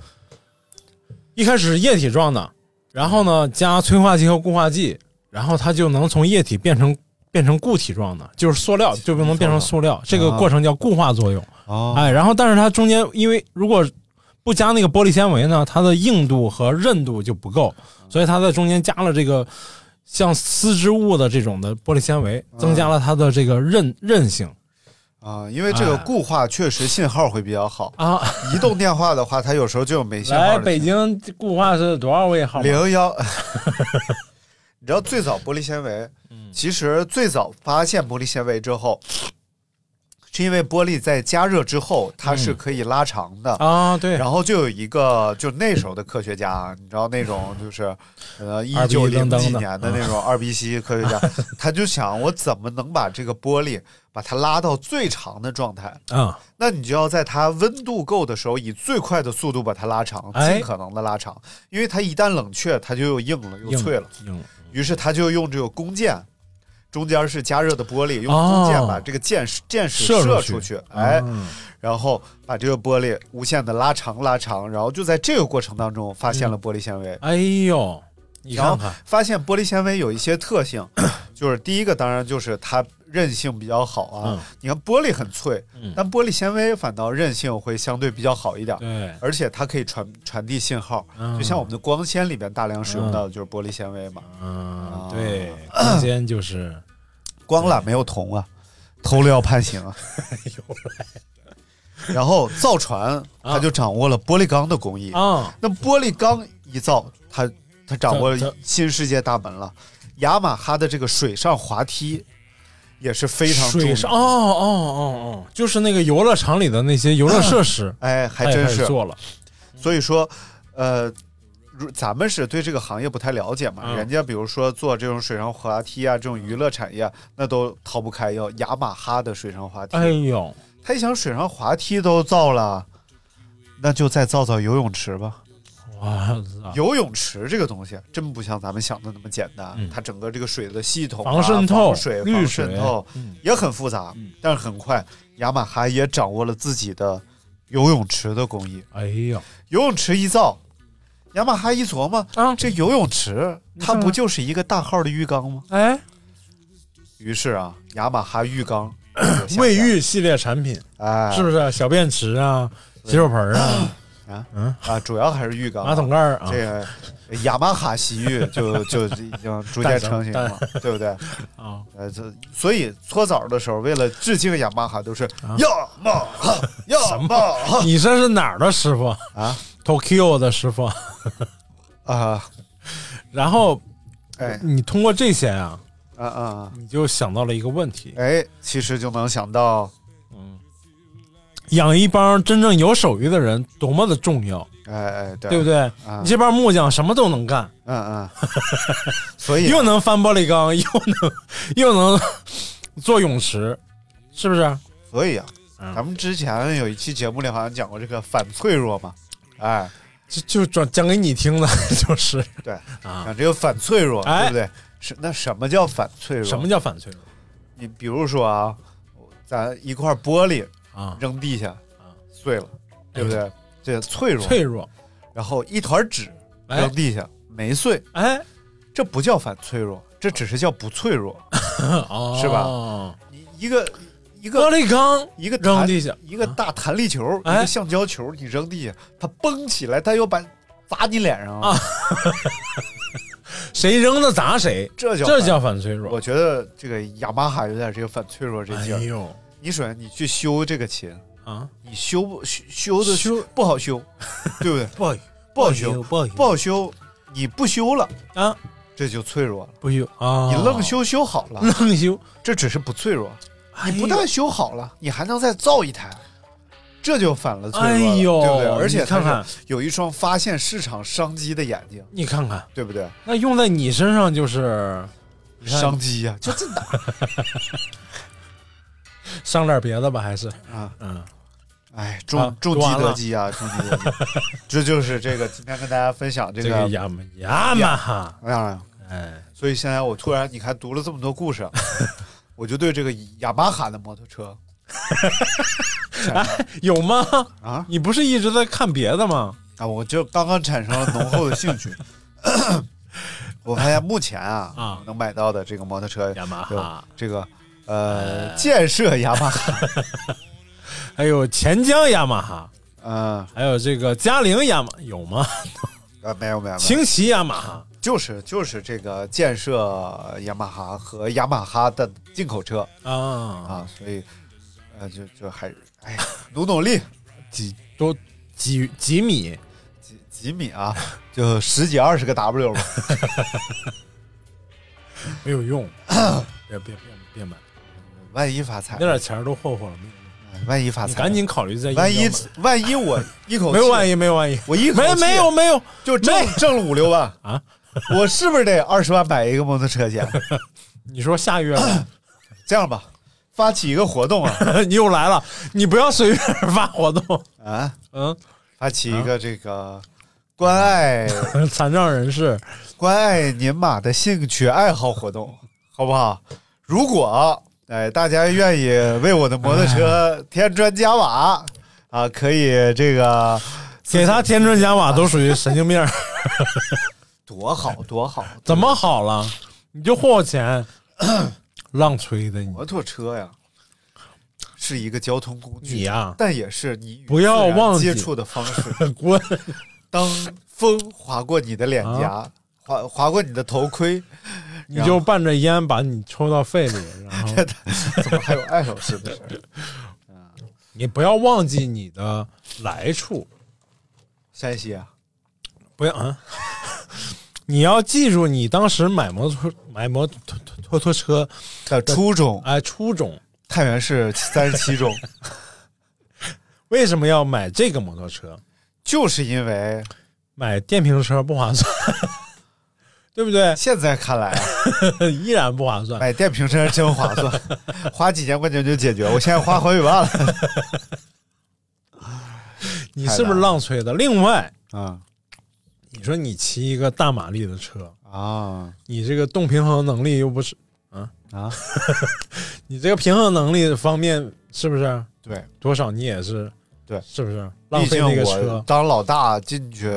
[SPEAKER 10] 一开始是液体状的，然后呢加催化剂和固化剂，然后它就能从液体变成变成固体状的，就是塑料啊就不能变成塑料，这个过程叫固化作用。
[SPEAKER 9] 哦
[SPEAKER 10] 哎，然后但是它中间因为如果不加那个玻璃纤维呢，它的硬度和韧度就不够，所以它在中间加了这个像丝织物的这种的玻璃纤维，增加了它的这个韧韧性
[SPEAKER 9] 啊，因为这个
[SPEAKER 10] 哎
[SPEAKER 9] 固化确实信号会比较好，
[SPEAKER 10] 啊。
[SPEAKER 9] 移动电话的话，它有时候就有没信号
[SPEAKER 10] 来
[SPEAKER 9] 的
[SPEAKER 10] 哎北京固化是多少位号码？
[SPEAKER 9] 零幺， 你知道最早玻璃纤维，
[SPEAKER 10] 嗯
[SPEAKER 9] 其实最早发现玻璃纤维之后，是因为玻璃在加热之后它是可以拉长的。
[SPEAKER 10] 嗯啊，对，
[SPEAKER 9] 然后就有一个，就那时候的科学家，你知道那种就是，呃，一
[SPEAKER 10] 二逼
[SPEAKER 9] 九零
[SPEAKER 10] 愣
[SPEAKER 9] 几
[SPEAKER 10] 登的嗯
[SPEAKER 9] 年的那种二 B C 科 学家，他就想我怎么能把这个玻璃把它拉到最长的状态？
[SPEAKER 10] 啊，
[SPEAKER 9] 那你就要在它温度够的时候，以最快的速度把它拉长，
[SPEAKER 10] 哎
[SPEAKER 9] 尽可能的拉长，因为它一旦冷却，它就又硬了又
[SPEAKER 10] 硬
[SPEAKER 9] 脆了。
[SPEAKER 10] 硬了
[SPEAKER 9] 于是他就用这个弓箭，中间是加热的玻璃，用
[SPEAKER 10] 哦
[SPEAKER 9] 弓箭把这个箭箭矢
[SPEAKER 10] 射
[SPEAKER 9] 射
[SPEAKER 10] 出
[SPEAKER 9] 出
[SPEAKER 10] 去嗯
[SPEAKER 9] 去，哎，然后把这个玻璃无限的拉长拉长，然后就在这个过程当中发现了玻璃纤维。
[SPEAKER 10] 哎呦，你
[SPEAKER 9] 然
[SPEAKER 10] 看
[SPEAKER 9] 后
[SPEAKER 10] 看，
[SPEAKER 9] 发现玻璃纤维有一些 特性，就是第一个当然就是它韧性比较好啊。
[SPEAKER 10] 嗯
[SPEAKER 9] 你看玻璃很脆，但玻璃纤维反倒韧性会相对比较好一点。
[SPEAKER 10] 对，
[SPEAKER 9] 而且它可以传传递信号，
[SPEAKER 10] 嗯
[SPEAKER 9] 就像我们的光纤里边大量使用到的就是玻璃纤维嘛。啊
[SPEAKER 10] 嗯，对，中间就是
[SPEAKER 9] 光缆没有铜啊，偷了要判刑 啊。然后造船，他就掌握了玻璃钢的工艺。
[SPEAKER 10] 啊，
[SPEAKER 9] 那玻璃钢一造，他他掌握
[SPEAKER 10] 这这
[SPEAKER 9] 了新世界大门了。雅马哈的这个水上滑梯也是非常重
[SPEAKER 10] 水上，哦哦哦哦，就是那个游乐场里的那些游乐设施，
[SPEAKER 9] 哎，
[SPEAKER 10] 他
[SPEAKER 9] 还
[SPEAKER 10] 也
[SPEAKER 9] 真
[SPEAKER 10] 开始
[SPEAKER 9] 是。
[SPEAKER 10] 做了，
[SPEAKER 9] 所以说，呃，如咱们是对这个行业不太了解嘛，
[SPEAKER 10] 嗯
[SPEAKER 9] 人家比如说做这种水上滑梯啊，这种娱乐产业，那都逃不开要雅马哈的水上滑梯。
[SPEAKER 10] 哎呦，
[SPEAKER 9] 他一想，水上滑梯都造了，那就再造造游泳池吧。
[SPEAKER 10] 我操，
[SPEAKER 9] 游泳池这个东西真不像咱们想的那么简单，
[SPEAKER 10] 嗯
[SPEAKER 9] 它整个这个水的系统啊、
[SPEAKER 10] 防渗透
[SPEAKER 9] 防水、
[SPEAKER 10] 滤
[SPEAKER 9] 防
[SPEAKER 10] 水
[SPEAKER 9] 渗透
[SPEAKER 10] 嗯
[SPEAKER 9] 也很复杂。但是很快，雅马哈也掌握了自己的游泳池的工艺。
[SPEAKER 10] 哎呦，
[SPEAKER 9] 游泳池一造，雅马哈一琢磨，
[SPEAKER 10] 啊
[SPEAKER 9] 这游泳池它不就是一个大号的浴缸吗？
[SPEAKER 10] 哎，
[SPEAKER 9] 于是啊，雅马哈浴 缸
[SPEAKER 10] 卫浴系列产品
[SPEAKER 9] 哎，
[SPEAKER 10] 是不是小便池啊、洗手盆啊？
[SPEAKER 9] 啊
[SPEAKER 10] 嗯
[SPEAKER 9] 啊，主要还是浴缸
[SPEAKER 10] 马桶盖儿啊
[SPEAKER 9] 这个雅马哈洗浴就就已经逐渐成型了，对 不对？
[SPEAKER 10] 啊，
[SPEAKER 9] 呃，这所以搓澡的时候，为了致敬雅马哈，都是
[SPEAKER 10] 啊
[SPEAKER 9] 雅马哈，雅马哈
[SPEAKER 10] 你这是哪儿的师傅
[SPEAKER 9] 啊
[SPEAKER 10] ？Tokyo 的师傅。
[SPEAKER 9] 啊，
[SPEAKER 10] 然后
[SPEAKER 9] 哎
[SPEAKER 10] 你通过这些啊，
[SPEAKER 9] 啊啊啊，
[SPEAKER 10] 你就想到了一个问题：
[SPEAKER 9] 哎，其实就能想到，
[SPEAKER 10] 养一帮真正有手艺的人多么的重要，
[SPEAKER 9] 哎哎，对
[SPEAKER 10] 对不？对？你这帮木匠什么都能干，
[SPEAKER 9] 嗯嗯，所以
[SPEAKER 10] 又能翻玻璃缸， 又能又能 做泳池，是不是？
[SPEAKER 9] 所以啊，
[SPEAKER 10] 嗯
[SPEAKER 9] 咱们之前有一期节目里好像讲过这个反脆弱嘛，哎，
[SPEAKER 10] 就就讲讲给你听的， 就是
[SPEAKER 9] 对，
[SPEAKER 10] 啊
[SPEAKER 9] 讲这个反脆弱，
[SPEAKER 10] 哎
[SPEAKER 9] 对不对？是那什么叫反脆弱？
[SPEAKER 10] 什么叫反脆弱
[SPEAKER 9] 你比如说啊，咱一块玻璃
[SPEAKER 10] 啊？哎
[SPEAKER 9] 扔地下，碎了，对不对？这脆弱。
[SPEAKER 10] 脆弱，
[SPEAKER 9] 然后一团纸
[SPEAKER 10] 哎
[SPEAKER 9] 扔地下、没碎，
[SPEAKER 10] 哎，
[SPEAKER 9] 这不叫反脆弱，这只是叫不脆弱。
[SPEAKER 10] 哦
[SPEAKER 9] 是吧？你一个一
[SPEAKER 10] 玻
[SPEAKER 9] 个
[SPEAKER 10] 璃缸
[SPEAKER 9] 一个
[SPEAKER 10] 扔
[SPEAKER 9] 弹
[SPEAKER 10] 地下，
[SPEAKER 9] 一个大弹力球，
[SPEAKER 10] 哎
[SPEAKER 9] 一个橡胶球，你扔地下，它蹦起来，它又把砸你脸上
[SPEAKER 10] 啊谁扔的砸谁，
[SPEAKER 9] 这叫
[SPEAKER 10] 这叫反脆弱
[SPEAKER 9] 我。觉得这个雅马哈有点这个反脆弱这
[SPEAKER 10] 哎
[SPEAKER 9] 劲儿。
[SPEAKER 10] 呦
[SPEAKER 9] 你首先你去修这个琴，
[SPEAKER 10] 啊，
[SPEAKER 9] 你修不修修的
[SPEAKER 10] 修
[SPEAKER 9] 不好修，对不对？
[SPEAKER 10] 不好
[SPEAKER 9] 不好修，
[SPEAKER 10] 不好
[SPEAKER 9] 不好修，你不修了，
[SPEAKER 10] 啊，
[SPEAKER 9] 这就脆弱了。
[SPEAKER 10] 不修啊，
[SPEAKER 9] 你愣修修好了，
[SPEAKER 10] 愣修，哎
[SPEAKER 9] 这只是不脆弱。
[SPEAKER 10] 你
[SPEAKER 9] 你不但修好了，你还能再造一台，啊这就反了脆弱了，
[SPEAKER 10] 哎呦
[SPEAKER 9] 对不对？而且
[SPEAKER 10] 你看看
[SPEAKER 9] 它是有一双发现市场商机的眼睛，
[SPEAKER 10] 你看看，
[SPEAKER 9] 对不对？
[SPEAKER 10] 那用在你身上就是看
[SPEAKER 9] 商机 呀、就这哪
[SPEAKER 10] 上点别的吧，还是
[SPEAKER 9] 啊？
[SPEAKER 10] 嗯，
[SPEAKER 9] 哎，重、
[SPEAKER 10] 啊
[SPEAKER 9] 重
[SPEAKER 10] 读
[SPEAKER 9] 击
[SPEAKER 10] 完了
[SPEAKER 9] 得击啊，重击 得击，这就是这个今天跟大家分享这
[SPEAKER 10] 这
[SPEAKER 9] 个。
[SPEAKER 10] 个雅马雅马哈，
[SPEAKER 9] 哎呀，
[SPEAKER 10] 哎，
[SPEAKER 9] 所以现在我突然你看读了这么多 故事，啊我就对这个雅马哈的摩托车
[SPEAKER 10] 有吗？
[SPEAKER 9] 啊
[SPEAKER 10] 你不是一直在看别的吗？
[SPEAKER 9] 啊，我就刚刚产生了浓厚的兴 趣。我发现目前啊，
[SPEAKER 10] 啊
[SPEAKER 9] 能买到的这个摩托车
[SPEAKER 10] 雅马哈
[SPEAKER 9] 有这个呃建设雅马哈，
[SPEAKER 10] 还有钱江雅马哈，
[SPEAKER 9] 嗯
[SPEAKER 10] 还有这个嘉陵雅马有吗？
[SPEAKER 9] 啊没有没有没有，
[SPEAKER 10] 清奇雅马哈
[SPEAKER 9] 就是就是这个建设雅马哈和雅马哈的进口车
[SPEAKER 10] 啊，
[SPEAKER 9] 啊，所以呃就就还是哎努努力
[SPEAKER 10] 几多几几米？
[SPEAKER 9] 几几米啊，就十几二十个 W 吧。
[SPEAKER 10] 没有 用，别别别别买，
[SPEAKER 9] 万一发财，
[SPEAKER 10] 那点钱儿都霍霍了，没有用
[SPEAKER 9] 万一发
[SPEAKER 10] 你
[SPEAKER 9] 财，
[SPEAKER 10] 赶紧考虑再
[SPEAKER 9] 万一
[SPEAKER 10] 用
[SPEAKER 9] 万一我一口
[SPEAKER 10] 买
[SPEAKER 9] 气
[SPEAKER 10] 没有万一，没有万一，
[SPEAKER 9] 我一口
[SPEAKER 10] 没
[SPEAKER 9] 气
[SPEAKER 10] 没有没有，
[SPEAKER 9] 就挣
[SPEAKER 10] 没
[SPEAKER 9] 挣了五六万
[SPEAKER 10] 啊，
[SPEAKER 9] 我是不是得二十万买一个摩托车 去？
[SPEAKER 10] 你说下月吧
[SPEAKER 9] 这样吧，发起一个活动啊
[SPEAKER 10] 你 又来了，你不要随便发活动，
[SPEAKER 9] 啊，
[SPEAKER 10] 嗯，
[SPEAKER 9] 发起一个这个关爱
[SPEAKER 10] 嗯残障人士，
[SPEAKER 9] 关爱您马的兴趣爱好活动，好不好？如果哎大家愿意为我的摩托
[SPEAKER 10] 哎
[SPEAKER 9] 车添砖加瓦啊，可以这个
[SPEAKER 10] 给他添砖加瓦都属于神经 病儿，
[SPEAKER 9] 多好多好，
[SPEAKER 10] 怎么好了？你就霍霍 钱，浪吹的你，
[SPEAKER 9] 摩托车呀，是一个交通工具，
[SPEAKER 10] 你呀
[SPEAKER 9] 但也是你与
[SPEAKER 10] 不要
[SPEAKER 9] 自然
[SPEAKER 10] 忘记
[SPEAKER 9] 接触的方式。
[SPEAKER 10] 滚！
[SPEAKER 9] 当风划过你的脸颊，划划过你的头盔，
[SPEAKER 10] 啊你就伴着烟把你抽到肺里，然后
[SPEAKER 9] 怎么还 有爱手势的事儿？
[SPEAKER 10] 你不要忘记你的来处，
[SPEAKER 9] 山西啊，
[SPEAKER 10] 不要啊！你要记住你当时买摩托买摩托拖拖车
[SPEAKER 9] 的初中，
[SPEAKER 10] 哎初衷，
[SPEAKER 9] 太原市三十七中，
[SPEAKER 10] 为什么要买这个摩托车？
[SPEAKER 9] 就是因为
[SPEAKER 10] 买电瓶车不划算， 对不对？
[SPEAKER 9] 现在看来啊，
[SPEAKER 10] 依然不划算。
[SPEAKER 9] 买电瓶车真划算， 花几千块钱就解决。我现在花好几万了。
[SPEAKER 10] 你是不是浪吹的？另外，
[SPEAKER 9] 啊
[SPEAKER 10] 你说你骑一个大马力的车，
[SPEAKER 9] 啊
[SPEAKER 10] 你这个动平衡能力又不是，
[SPEAKER 9] 啊！
[SPEAKER 10] 你这个平衡能力方面是不是
[SPEAKER 9] 对，
[SPEAKER 10] 多少你也是
[SPEAKER 9] 对
[SPEAKER 10] 是不是浪
[SPEAKER 9] 毕
[SPEAKER 10] 费
[SPEAKER 9] 竟
[SPEAKER 10] 那个
[SPEAKER 9] 我
[SPEAKER 10] 车？
[SPEAKER 9] 当老大进去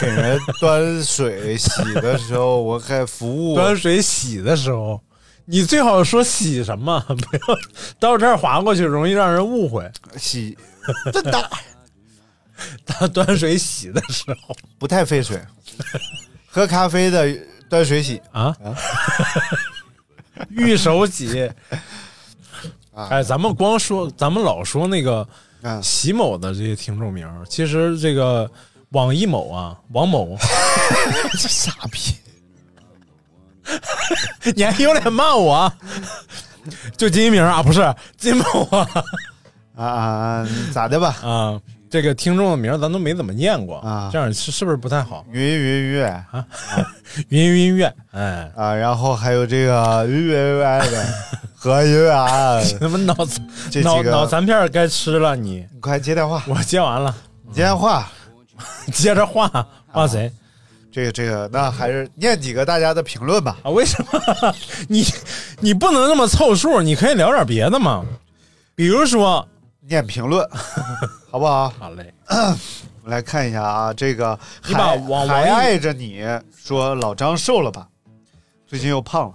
[SPEAKER 9] 给人端水 洗的时候，我还服务
[SPEAKER 10] 端水洗的时候，你最好说洗什么， 不 要到这儿划过去，容易让人误会。
[SPEAKER 9] 洗，真的
[SPEAKER 10] 他 端水洗的时候
[SPEAKER 9] 不太费 水，喝咖啡的端水洗
[SPEAKER 10] 啊，玉手洗。
[SPEAKER 9] 啊
[SPEAKER 10] 哎，咱们光说，咱们老说那个
[SPEAKER 9] 啊
[SPEAKER 10] 席某的这些听众名儿，其实这个网易某啊，王 某，
[SPEAKER 9] 这傻逼！
[SPEAKER 10] 你还有脸骂我啊？就金一鸣啊，不是金某啊
[SPEAKER 9] 啊啊，咋的 吧？
[SPEAKER 10] 啊！这个听众的名儿咱都没怎么念过
[SPEAKER 9] 啊
[SPEAKER 10] 这样是是不是不太好？
[SPEAKER 9] 云云云
[SPEAKER 10] 云音音乐，哎，
[SPEAKER 9] 啊，然后还有这个云云云的和云啊，
[SPEAKER 10] 他妈脑子
[SPEAKER 9] 这
[SPEAKER 10] 脑
[SPEAKER 9] 几个
[SPEAKER 10] 脑残片儿该吃了你，
[SPEAKER 9] 你快接电话，
[SPEAKER 10] 我接完了，
[SPEAKER 9] 接电话。
[SPEAKER 10] 接着画
[SPEAKER 9] 啊
[SPEAKER 10] 画谁
[SPEAKER 9] 这个这个，那还是念几个大家的评论吧。
[SPEAKER 10] 啊？为什么 你你不能那么凑数？你可以聊点别的嘛，比如说，
[SPEAKER 9] 念评 论，好不好？
[SPEAKER 10] 好嘞，
[SPEAKER 9] 我们来看一下啊，这个
[SPEAKER 10] 你把
[SPEAKER 9] 还
[SPEAKER 10] 网网
[SPEAKER 9] 还
[SPEAKER 10] 易
[SPEAKER 9] 爱着你说老张瘦了吧？最近又胖了，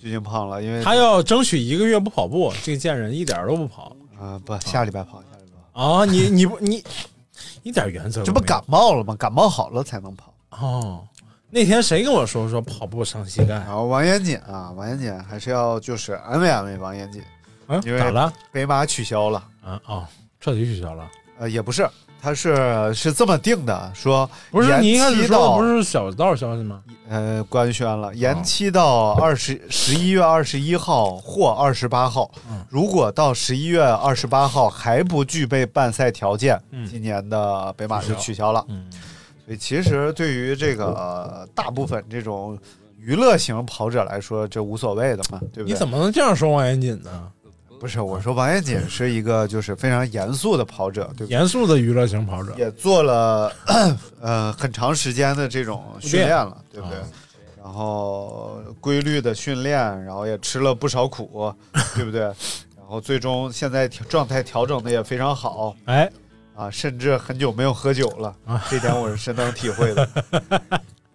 [SPEAKER 9] 最近胖了，因为
[SPEAKER 10] 他要争取一个月不跑步，这个贱人一点儿都不跑
[SPEAKER 9] 啊、不下礼拜跑，下礼拜跑，
[SPEAKER 10] 啊！你你不你一点原则都
[SPEAKER 9] 这不
[SPEAKER 10] 没有
[SPEAKER 9] 感冒了吗？感冒好了才能跑。
[SPEAKER 10] 哦？那天谁跟我说说跑步伤膝盖
[SPEAKER 9] 然？后王严谨啊，王严谨还是要就是安慰安慰王严谨，
[SPEAKER 10] 嗯，
[SPEAKER 9] 因为
[SPEAKER 10] 咋了？
[SPEAKER 9] 北马取消了，
[SPEAKER 10] 啊哦，彻底取消了。
[SPEAKER 9] 呃，也不是，他是是这么定的，说
[SPEAKER 10] 不是
[SPEAKER 9] 延
[SPEAKER 10] 你一开始
[SPEAKER 9] 期
[SPEAKER 10] 说的
[SPEAKER 9] 到
[SPEAKER 10] 不是小道消息吗？
[SPEAKER 9] 呃官宣了，延期到二十十一月二十一号或二十八号。
[SPEAKER 10] 嗯
[SPEAKER 9] 如果到十一月二十八号还不具备办赛条件，
[SPEAKER 10] 嗯
[SPEAKER 9] 今年的北马就
[SPEAKER 10] 取
[SPEAKER 9] 取消了。
[SPEAKER 10] 嗯，
[SPEAKER 9] 所以其实对于这个、呃大部分这种娱乐型跑者来说，这无所谓的嘛，对不对？
[SPEAKER 10] 你怎么能这样说王严谨呢？
[SPEAKER 9] 不是我说王彦锦是一个就是非常严肃的跑者，对不对？
[SPEAKER 10] 严肃的娱乐型跑者，
[SPEAKER 9] 也做了呃很长时间的这种训练了，对不对？
[SPEAKER 10] 啊
[SPEAKER 9] 然后规律的训练，然后也吃了不少苦，对不对？然后最终现在调状态调整的也非常好
[SPEAKER 10] 哎，
[SPEAKER 9] 啊，甚至很久没有喝酒了，
[SPEAKER 10] 啊
[SPEAKER 9] 这点我是深能体 会的。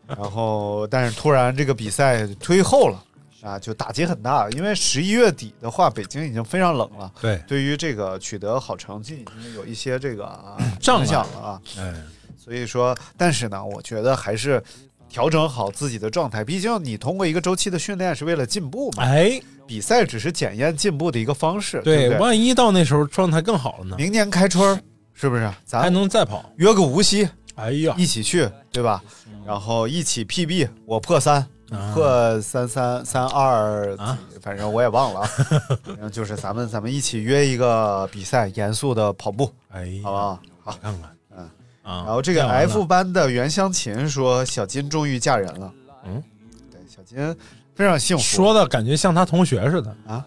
[SPEAKER 9] 然后，但是突然这个比赛推后了啊，就打击很大，因为十一月底的话，北京已经非常冷了。
[SPEAKER 10] 对，
[SPEAKER 9] 对于这个取得好成绩，已经有一些这个啊
[SPEAKER 10] 障碍
[SPEAKER 9] 影响了啊。
[SPEAKER 10] 哎，
[SPEAKER 9] 所以说，但是呢，我觉得还是调整好自己的状态，毕竟你通过一个周期的训练是为了进步嘛，
[SPEAKER 10] 哎，
[SPEAKER 9] 比赛只是检验进步的一个方式，对
[SPEAKER 10] 对，
[SPEAKER 9] 不对？
[SPEAKER 10] 万一到那时候状态更好了呢，
[SPEAKER 9] 明年开春儿是不是？
[SPEAKER 10] 还
[SPEAKER 9] 咱
[SPEAKER 10] 能再跑。
[SPEAKER 9] 约个无锡
[SPEAKER 10] 哎呀，
[SPEAKER 9] 一起去，对吧？然后一起 PB，我破三。
[SPEAKER 10] 啊
[SPEAKER 9] 破三三三二
[SPEAKER 10] 啊，
[SPEAKER 9] 反正我也忘 了啊，反正就是咱们咱们一起约一个比赛，严肃的跑步，
[SPEAKER 10] 哎呀，
[SPEAKER 9] 好不好？好。
[SPEAKER 10] 看看，
[SPEAKER 9] 嗯
[SPEAKER 10] 啊，
[SPEAKER 9] 然后这个
[SPEAKER 10] 练完了
[SPEAKER 9] F 班的袁湘琴说：“小金终于嫁人了。”
[SPEAKER 10] 嗯，
[SPEAKER 9] 对，小金非常幸福。
[SPEAKER 10] 说的感觉像他同学似的。
[SPEAKER 9] 啊，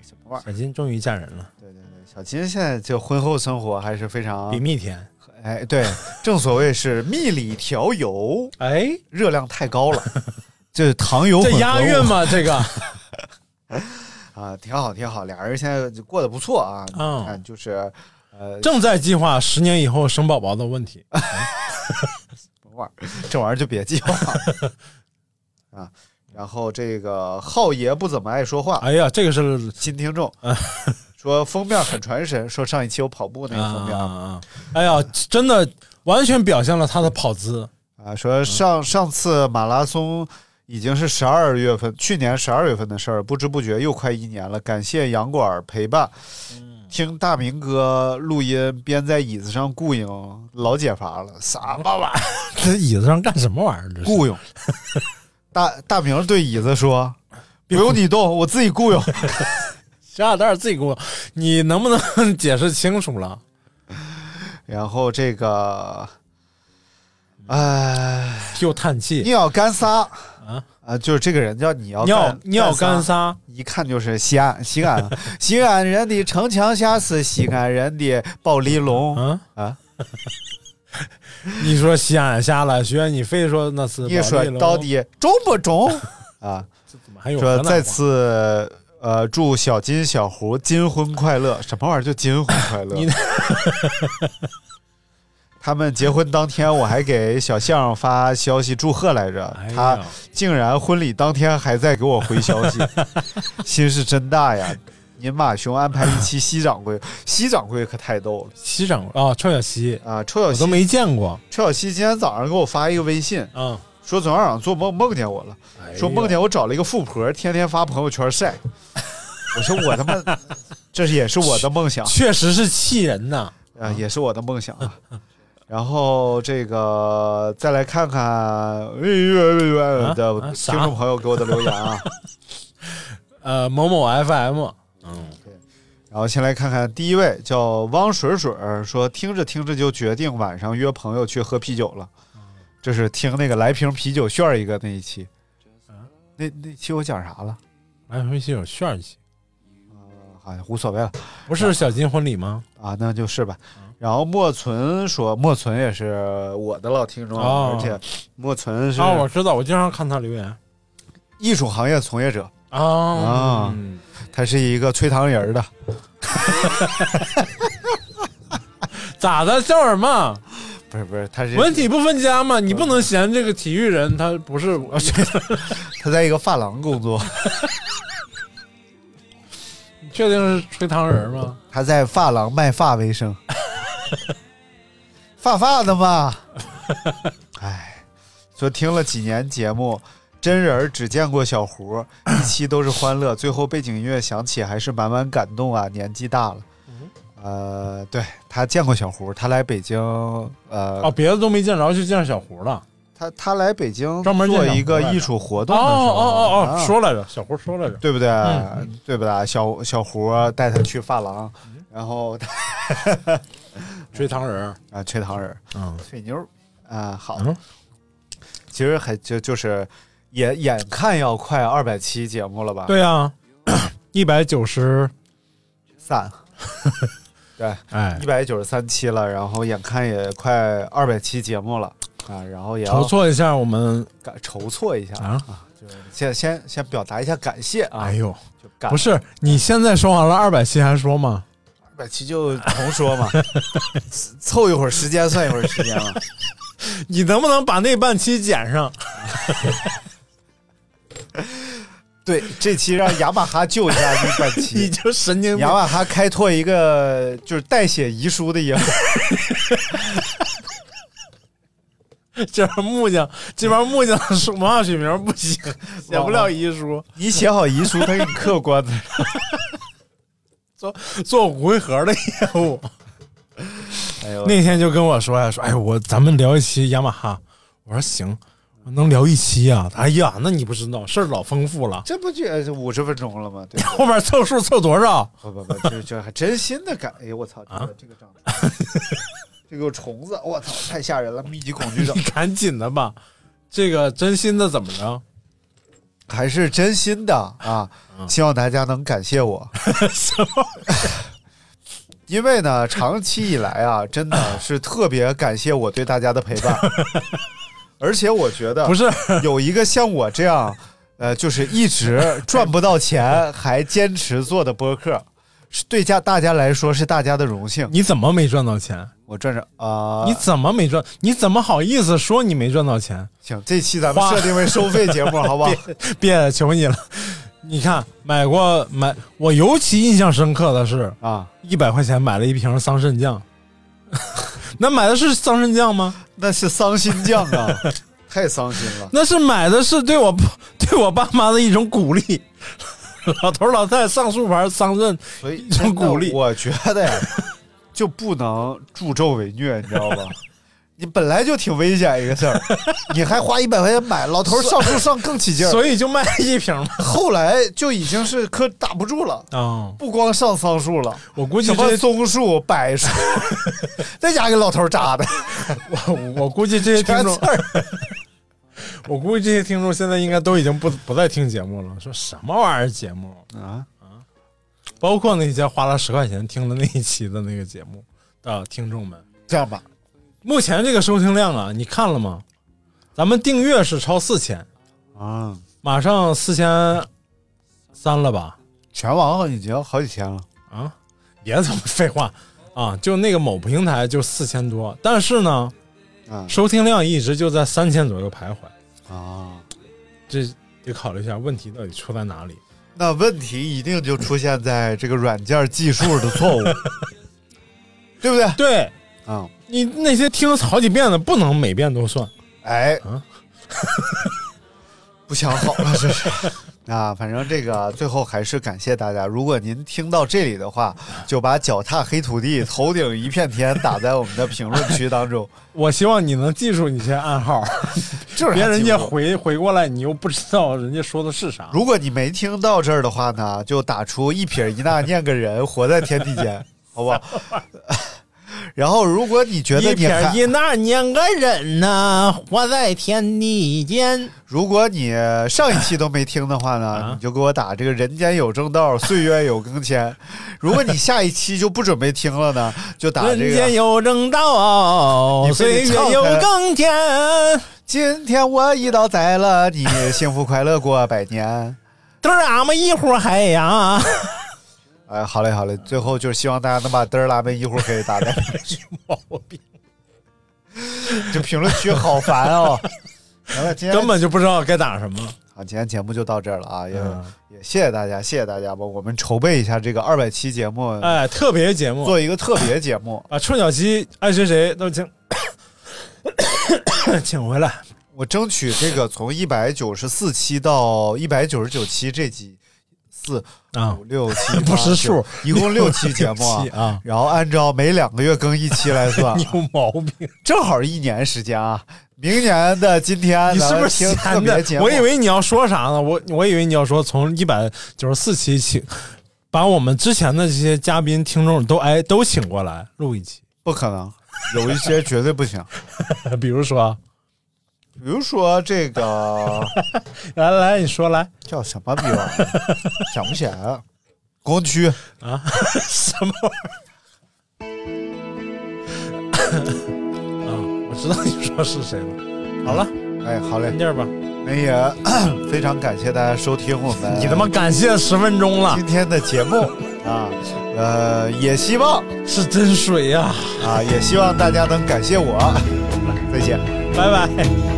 [SPEAKER 9] 什么玩意儿？
[SPEAKER 10] 小金终于嫁人了，
[SPEAKER 9] 对对对，小金现在就婚后生活还是非常
[SPEAKER 10] 比蜜甜。
[SPEAKER 9] 哎， 对，正所谓是蜜里调油，
[SPEAKER 10] 哎，
[SPEAKER 9] 热量太 高了，这糖油
[SPEAKER 10] 这
[SPEAKER 9] 混合
[SPEAKER 10] 押韵
[SPEAKER 9] 物
[SPEAKER 10] 吗？这 个
[SPEAKER 9] 啊，挺好挺好，俩人现在就过得不错啊。
[SPEAKER 10] 嗯
[SPEAKER 9] 你看就是呃，
[SPEAKER 10] 正在计划十年以后生宝宝的问题。
[SPEAKER 9] 什么玩意儿？这玩意儿就别计 划了啊。然后这个浩爷不怎么爱说话，
[SPEAKER 10] 哎呀，这个是
[SPEAKER 9] 新 听众，说封面很传神，说上一期有跑步那
[SPEAKER 10] 啊
[SPEAKER 9] 个封
[SPEAKER 10] 啊
[SPEAKER 9] 面
[SPEAKER 10] 啊！啊哎呀，真的完全表现了他的跑姿。
[SPEAKER 9] 啊，说上上次马拉松已经是十二月份，去年十二月份的事儿，不知不觉又快一年了。感谢杨管儿陪伴，听大明哥录音，边在椅子上雇佣，老解乏了，啥
[SPEAKER 10] 嗯
[SPEAKER 9] 嘛玩意儿？
[SPEAKER 10] 这椅子上干什么玩意儿？这是
[SPEAKER 9] 雇佣。大大明对椅子说：“不用你动，我自己雇佣。
[SPEAKER 10] 小傻蛋儿自己给我，你能不能解释清楚了？”
[SPEAKER 9] 然后这个，哎。
[SPEAKER 10] 又叹气，
[SPEAKER 9] 尿干撒啊就是这个人叫你要
[SPEAKER 10] 尿尿干
[SPEAKER 9] 干，
[SPEAKER 10] 撒，
[SPEAKER 9] 一看就是西安 西安啊西安人的城墙下是西安人的宝丽龙。
[SPEAKER 10] 嗯
[SPEAKER 9] 啊，
[SPEAKER 10] 你说西安下了，学你非说那是
[SPEAKER 9] 你说
[SPEAKER 10] 保利龙
[SPEAKER 9] 到底中不 中啊？
[SPEAKER 10] 怎么还哎有河
[SPEAKER 9] 说
[SPEAKER 10] 南话
[SPEAKER 9] 再次呃，祝小金小胡金婚快乐。什么玩意儿叫金婚快乐？
[SPEAKER 10] 你
[SPEAKER 9] 他们结婚当天，我还给小象发消息祝贺来着
[SPEAKER 10] 哎，呀
[SPEAKER 9] 他 竟然婚礼当天还在给我回消息，心是真大呀！您把熊安排一期西掌柜，西掌柜可太逗了
[SPEAKER 10] 西掌柜啊，臭小西，
[SPEAKER 9] 啊！臭小
[SPEAKER 10] 我都
[SPEAKER 9] 西，
[SPEAKER 10] 没见过。
[SPEAKER 9] 臭小西今天早上给我发一个微信，
[SPEAKER 10] 嗯，
[SPEAKER 9] 说昨天晚上做梦梦见我了，
[SPEAKER 10] 哎
[SPEAKER 9] 说梦见我找了一个富婆，天天发朋友圈晒。 我说我他妈，这也是我的梦想
[SPEAKER 10] 确实是气人呐。
[SPEAKER 9] 啊，也是我的梦想啊。然后这个再来看看哎呃的
[SPEAKER 10] 啊啥
[SPEAKER 9] 听众朋友给我的留言啊，
[SPEAKER 10] 呃，某某 FM，
[SPEAKER 9] 然后先来看看第一位叫汪水水儿说，听着听着就决定晚上约朋友去喝啤酒了，这是听那个来瓶啤酒炫儿一个那一期，
[SPEAKER 10] 嗯
[SPEAKER 9] 那那期我讲啥了？
[SPEAKER 10] 来回哎信有炫气，嗯
[SPEAKER 9] 好啊像无所谓了。
[SPEAKER 10] 不是小金婚礼吗？
[SPEAKER 9] 啊，那就是吧。
[SPEAKER 10] 嗯
[SPEAKER 9] 然后莫存说，莫存也是我的老听众了，
[SPEAKER 10] 哦
[SPEAKER 9] 而且莫存是
[SPEAKER 10] 啊，我知道，我经常看他留言
[SPEAKER 9] 艺术行业从业者，
[SPEAKER 10] 啊
[SPEAKER 9] 啊
[SPEAKER 10] 嗯
[SPEAKER 9] 他是一个吹糖人儿的。
[SPEAKER 10] 咋的，笑什么？
[SPEAKER 9] 不是不是，他是
[SPEAKER 10] 文体不分家嘛，你不能嫌这个体育人他不是我
[SPEAKER 9] 他在一个发廊工作，
[SPEAKER 10] 你确定是吹糖人吗？
[SPEAKER 9] 他在发廊卖发为生，发发的嘛。哎，说听了几年节目，真人儿只见过小胡，一期都是欢乐，最后背景音乐响起还是满满感动啊！年纪大了，呃，对他见过小胡，他来北京，呃，
[SPEAKER 10] 哦，别的都没见着，就见小胡了。
[SPEAKER 9] 他他来北京
[SPEAKER 10] 专门见
[SPEAKER 9] 做
[SPEAKER 10] 小
[SPEAKER 9] 一
[SPEAKER 10] 胡
[SPEAKER 9] 个
[SPEAKER 10] 来
[SPEAKER 9] 艺
[SPEAKER 10] 着
[SPEAKER 9] 术活
[SPEAKER 10] 哦
[SPEAKER 9] 动的时候，
[SPEAKER 10] 哦哦哦，
[SPEAKER 9] 啊
[SPEAKER 10] 说来着，小胡说来着。
[SPEAKER 9] 对不对？
[SPEAKER 10] 嗯
[SPEAKER 9] 对不对？小小胡带他去发廊，然后他
[SPEAKER 10] 追糖人，
[SPEAKER 9] 啊吹糖人，
[SPEAKER 10] 嗯，
[SPEAKER 9] 吹牛啊，好
[SPEAKER 10] 嗯，
[SPEAKER 9] 其实还就就是也眼看要快二百期节目了吧？，
[SPEAKER 10] 对呀， 一百九十，
[SPEAKER 9] 散，对，
[SPEAKER 10] 哎
[SPEAKER 9] 一，百九十三期了，然后眼看也快二百期节目了啊，然后也要
[SPEAKER 10] 筹措一下我们
[SPEAKER 9] 感筹措一下
[SPEAKER 10] 啊，
[SPEAKER 9] 先先先表达一下感谢啊，
[SPEAKER 10] 哎呦，
[SPEAKER 9] 就感
[SPEAKER 10] 不是你现在说完了二百期还说吗？
[SPEAKER 9] 二百期就重说嘛，凑一会儿时间算一会儿时间嘛。
[SPEAKER 10] 你能不能把那半期剪上？
[SPEAKER 9] 对，这期让雅马哈救一下一半
[SPEAKER 10] 你
[SPEAKER 9] 期，
[SPEAKER 10] 就神经病
[SPEAKER 9] 雅。马哈开拓一个就是代写遗书的业务。
[SPEAKER 10] 这边木匠，这边木匠是文化水平不 行，写不了遗书，
[SPEAKER 9] 你写好遗书，他给你刻棺材。
[SPEAKER 10] 做五回合的业 务。
[SPEAKER 9] 哎呦，
[SPEAKER 10] 那天就跟我说呀，说哎我咱们聊一期雅马哈，我说行，我能聊一期啊。哎呀，那你不知道事儿老丰富了，
[SPEAKER 9] 这不就五十分钟了吗？对吧，
[SPEAKER 10] 后边凑数凑多少？
[SPEAKER 9] 不不不，这这还真心的感，哎呦我操，这个这个长得， 这个有虫子，我操，太吓人了，密集恐惧 症
[SPEAKER 10] 你。赶紧的吧，这个真心的怎么着？
[SPEAKER 9] 还是真心的啊，希望大家能感谢 我。因为呢，长期以来啊，真的是特别感谢我对大家的陪 伴，而且我觉得
[SPEAKER 10] 不是
[SPEAKER 9] 有一个像我这样，呃，就是一直赚不到钱还坚持做的播客，是对家大家来说是大家的荣幸。
[SPEAKER 10] 你怎么没赚到钱？
[SPEAKER 9] 我赚着啊，
[SPEAKER 10] 你怎么没赚？你怎么好意思说你没赚到钱？
[SPEAKER 9] 行，这期咱们
[SPEAKER 10] 花
[SPEAKER 9] 设定为收费节目，好不好？
[SPEAKER 10] 别求你了。你看，买过买，我尤其印象深刻的是，
[SPEAKER 9] 啊，
[SPEAKER 10] 一百块钱买了一瓶桑葚酱。 那买的是桑葚酱吗？
[SPEAKER 9] 那是伤心酱啊， 太伤心了。
[SPEAKER 10] 那是买的是对我 爸对我爸妈的一种鼓励。 老头老太太上树牌桑葚，
[SPEAKER 9] 所以
[SPEAKER 10] 一种鼓励
[SPEAKER 9] 真的我觉得呀，就不能助纣为虐，你知 道吧？你本来就挺危险一个事儿，你还花一百块钱买，老头儿上树上更起劲儿。
[SPEAKER 10] 所以就卖一瓶嘛。
[SPEAKER 9] 后来就已经是可打不住了，
[SPEAKER 10] 啊、
[SPEAKER 9] 不光上桑树了，
[SPEAKER 10] 我估计
[SPEAKER 9] 什么
[SPEAKER 10] 这
[SPEAKER 9] 松树、柏 树，那家给老头儿扎的，
[SPEAKER 10] 我我估计这些听
[SPEAKER 9] 全
[SPEAKER 10] 众
[SPEAKER 9] 刺，儿。
[SPEAKER 10] 我估计这些听众现在应该都已经不不再听节目了。说什么玩意儿节目？
[SPEAKER 9] 啊，
[SPEAKER 10] 包括那些花了十块钱听了那一期的那个节目的听众们，
[SPEAKER 9] 这样吧，
[SPEAKER 10] 目前这个收听量啊，你看了吗？咱们订阅是超四千，
[SPEAKER 9] 啊，
[SPEAKER 10] 马上四千三了吧？
[SPEAKER 9] 全网已经好几天了，
[SPEAKER 10] 啊，别他妈废话啊！就那个某平台就四千多，但是呢，
[SPEAKER 9] 啊
[SPEAKER 10] 收听量一直就在三千左右徘徊，
[SPEAKER 9] 啊，
[SPEAKER 10] 这得考虑一下问题到底出在哪里。
[SPEAKER 9] 那问题一定就出现在这个软件技术的 错误，对不对？
[SPEAKER 10] 对
[SPEAKER 9] 嗯，
[SPEAKER 10] 你那些听好几遍的，不能每遍都算。
[SPEAKER 9] 哎
[SPEAKER 10] 啊，
[SPEAKER 9] 不想好了，这是。 啊，反正这个最后还是感谢大家。如果您听到这里的话，就把脚踏黑土地，头顶一片天打在我们的评论区当中。
[SPEAKER 10] 我希望你能记住你这暗号，
[SPEAKER 9] 就是
[SPEAKER 10] 别人家回
[SPEAKER 9] 回。
[SPEAKER 10] 回过来，你又不知道人家说的是啥。
[SPEAKER 9] 如果你没听到这儿的话呢，就打出一撇一捺念个人，活在天地间， 好不好？然后，如果你觉得
[SPEAKER 10] 一
[SPEAKER 9] 你
[SPEAKER 10] 撇
[SPEAKER 9] 还，
[SPEAKER 10] 一捺两个人呐、活在天地间。
[SPEAKER 9] 如果你上一期都没听的话呢，
[SPEAKER 10] 啊
[SPEAKER 9] 你就给我打这个“人间有正道，岁月有更迁”。如果你下一期就不准备听了呢，就打这
[SPEAKER 10] 人间
[SPEAKER 9] 个。
[SPEAKER 10] 有正道，
[SPEAKER 9] 你非
[SPEAKER 10] 岁
[SPEAKER 9] 得
[SPEAKER 10] 月有更天。
[SPEAKER 9] 今天我一刀宰了你，幸福快乐过百年。
[SPEAKER 10] 都是俺们一伙嗨 呀！
[SPEAKER 9] 哎，好嘞，好嘞，最后就是希望大家能把嘚儿拉们一会儿可以 打的。
[SPEAKER 10] 毛病，
[SPEAKER 9] 这评论区好烦哦。行了，今天
[SPEAKER 10] 根本就不知道该打什么。
[SPEAKER 9] 好，今天节目就到这儿了啊，也、
[SPEAKER 10] 嗯
[SPEAKER 9] 也谢谢大家，谢谢大家吧。我们筹备一下这个二百期节目，
[SPEAKER 10] 哎，特别节目，
[SPEAKER 9] 做一个特别节目。
[SPEAKER 10] 把臭脚鸡爱谁谁都请请回来。
[SPEAKER 9] 我争取这个从一百九十四期到一百九十九期这集四
[SPEAKER 10] 啊
[SPEAKER 9] 五六 七
[SPEAKER 10] 不识数
[SPEAKER 9] 八九一共六期节目
[SPEAKER 10] 六期啊，
[SPEAKER 9] 然后按照每两个月更一期来 算
[SPEAKER 10] 有毛病！
[SPEAKER 9] 正好一年时间啊。明年的今 天，
[SPEAKER 10] 你是不是
[SPEAKER 9] 咱们听特
[SPEAKER 10] 闲
[SPEAKER 9] 别节
[SPEAKER 10] 的？
[SPEAKER 9] 目？
[SPEAKER 10] 我以为你要说啥呢？我我以为你要说从一百九十四期请，把我们之前的这些嘉宾听众都哎都请过来录一期，
[SPEAKER 9] 不可能，有一些绝对不行。
[SPEAKER 10] 比如说，
[SPEAKER 9] 比如说这 个。
[SPEAKER 10] 来来来，你说来
[SPEAKER 9] 叫什么逼玩意儿？想不起来了。光驱，
[SPEAKER 10] 什么 玩意儿？啊，我知道你说是谁了。好了，
[SPEAKER 9] 哎，好嘞
[SPEAKER 10] 先，这样吧。
[SPEAKER 9] 那也 咳非常感谢大家收听我们
[SPEAKER 10] 你他妈感谢十分钟了
[SPEAKER 9] 今，天的节目啊，呃，也希望
[SPEAKER 10] 是真水呀、
[SPEAKER 9] 啊，也希望大家能感谢我，再见。
[SPEAKER 10] 拜拜。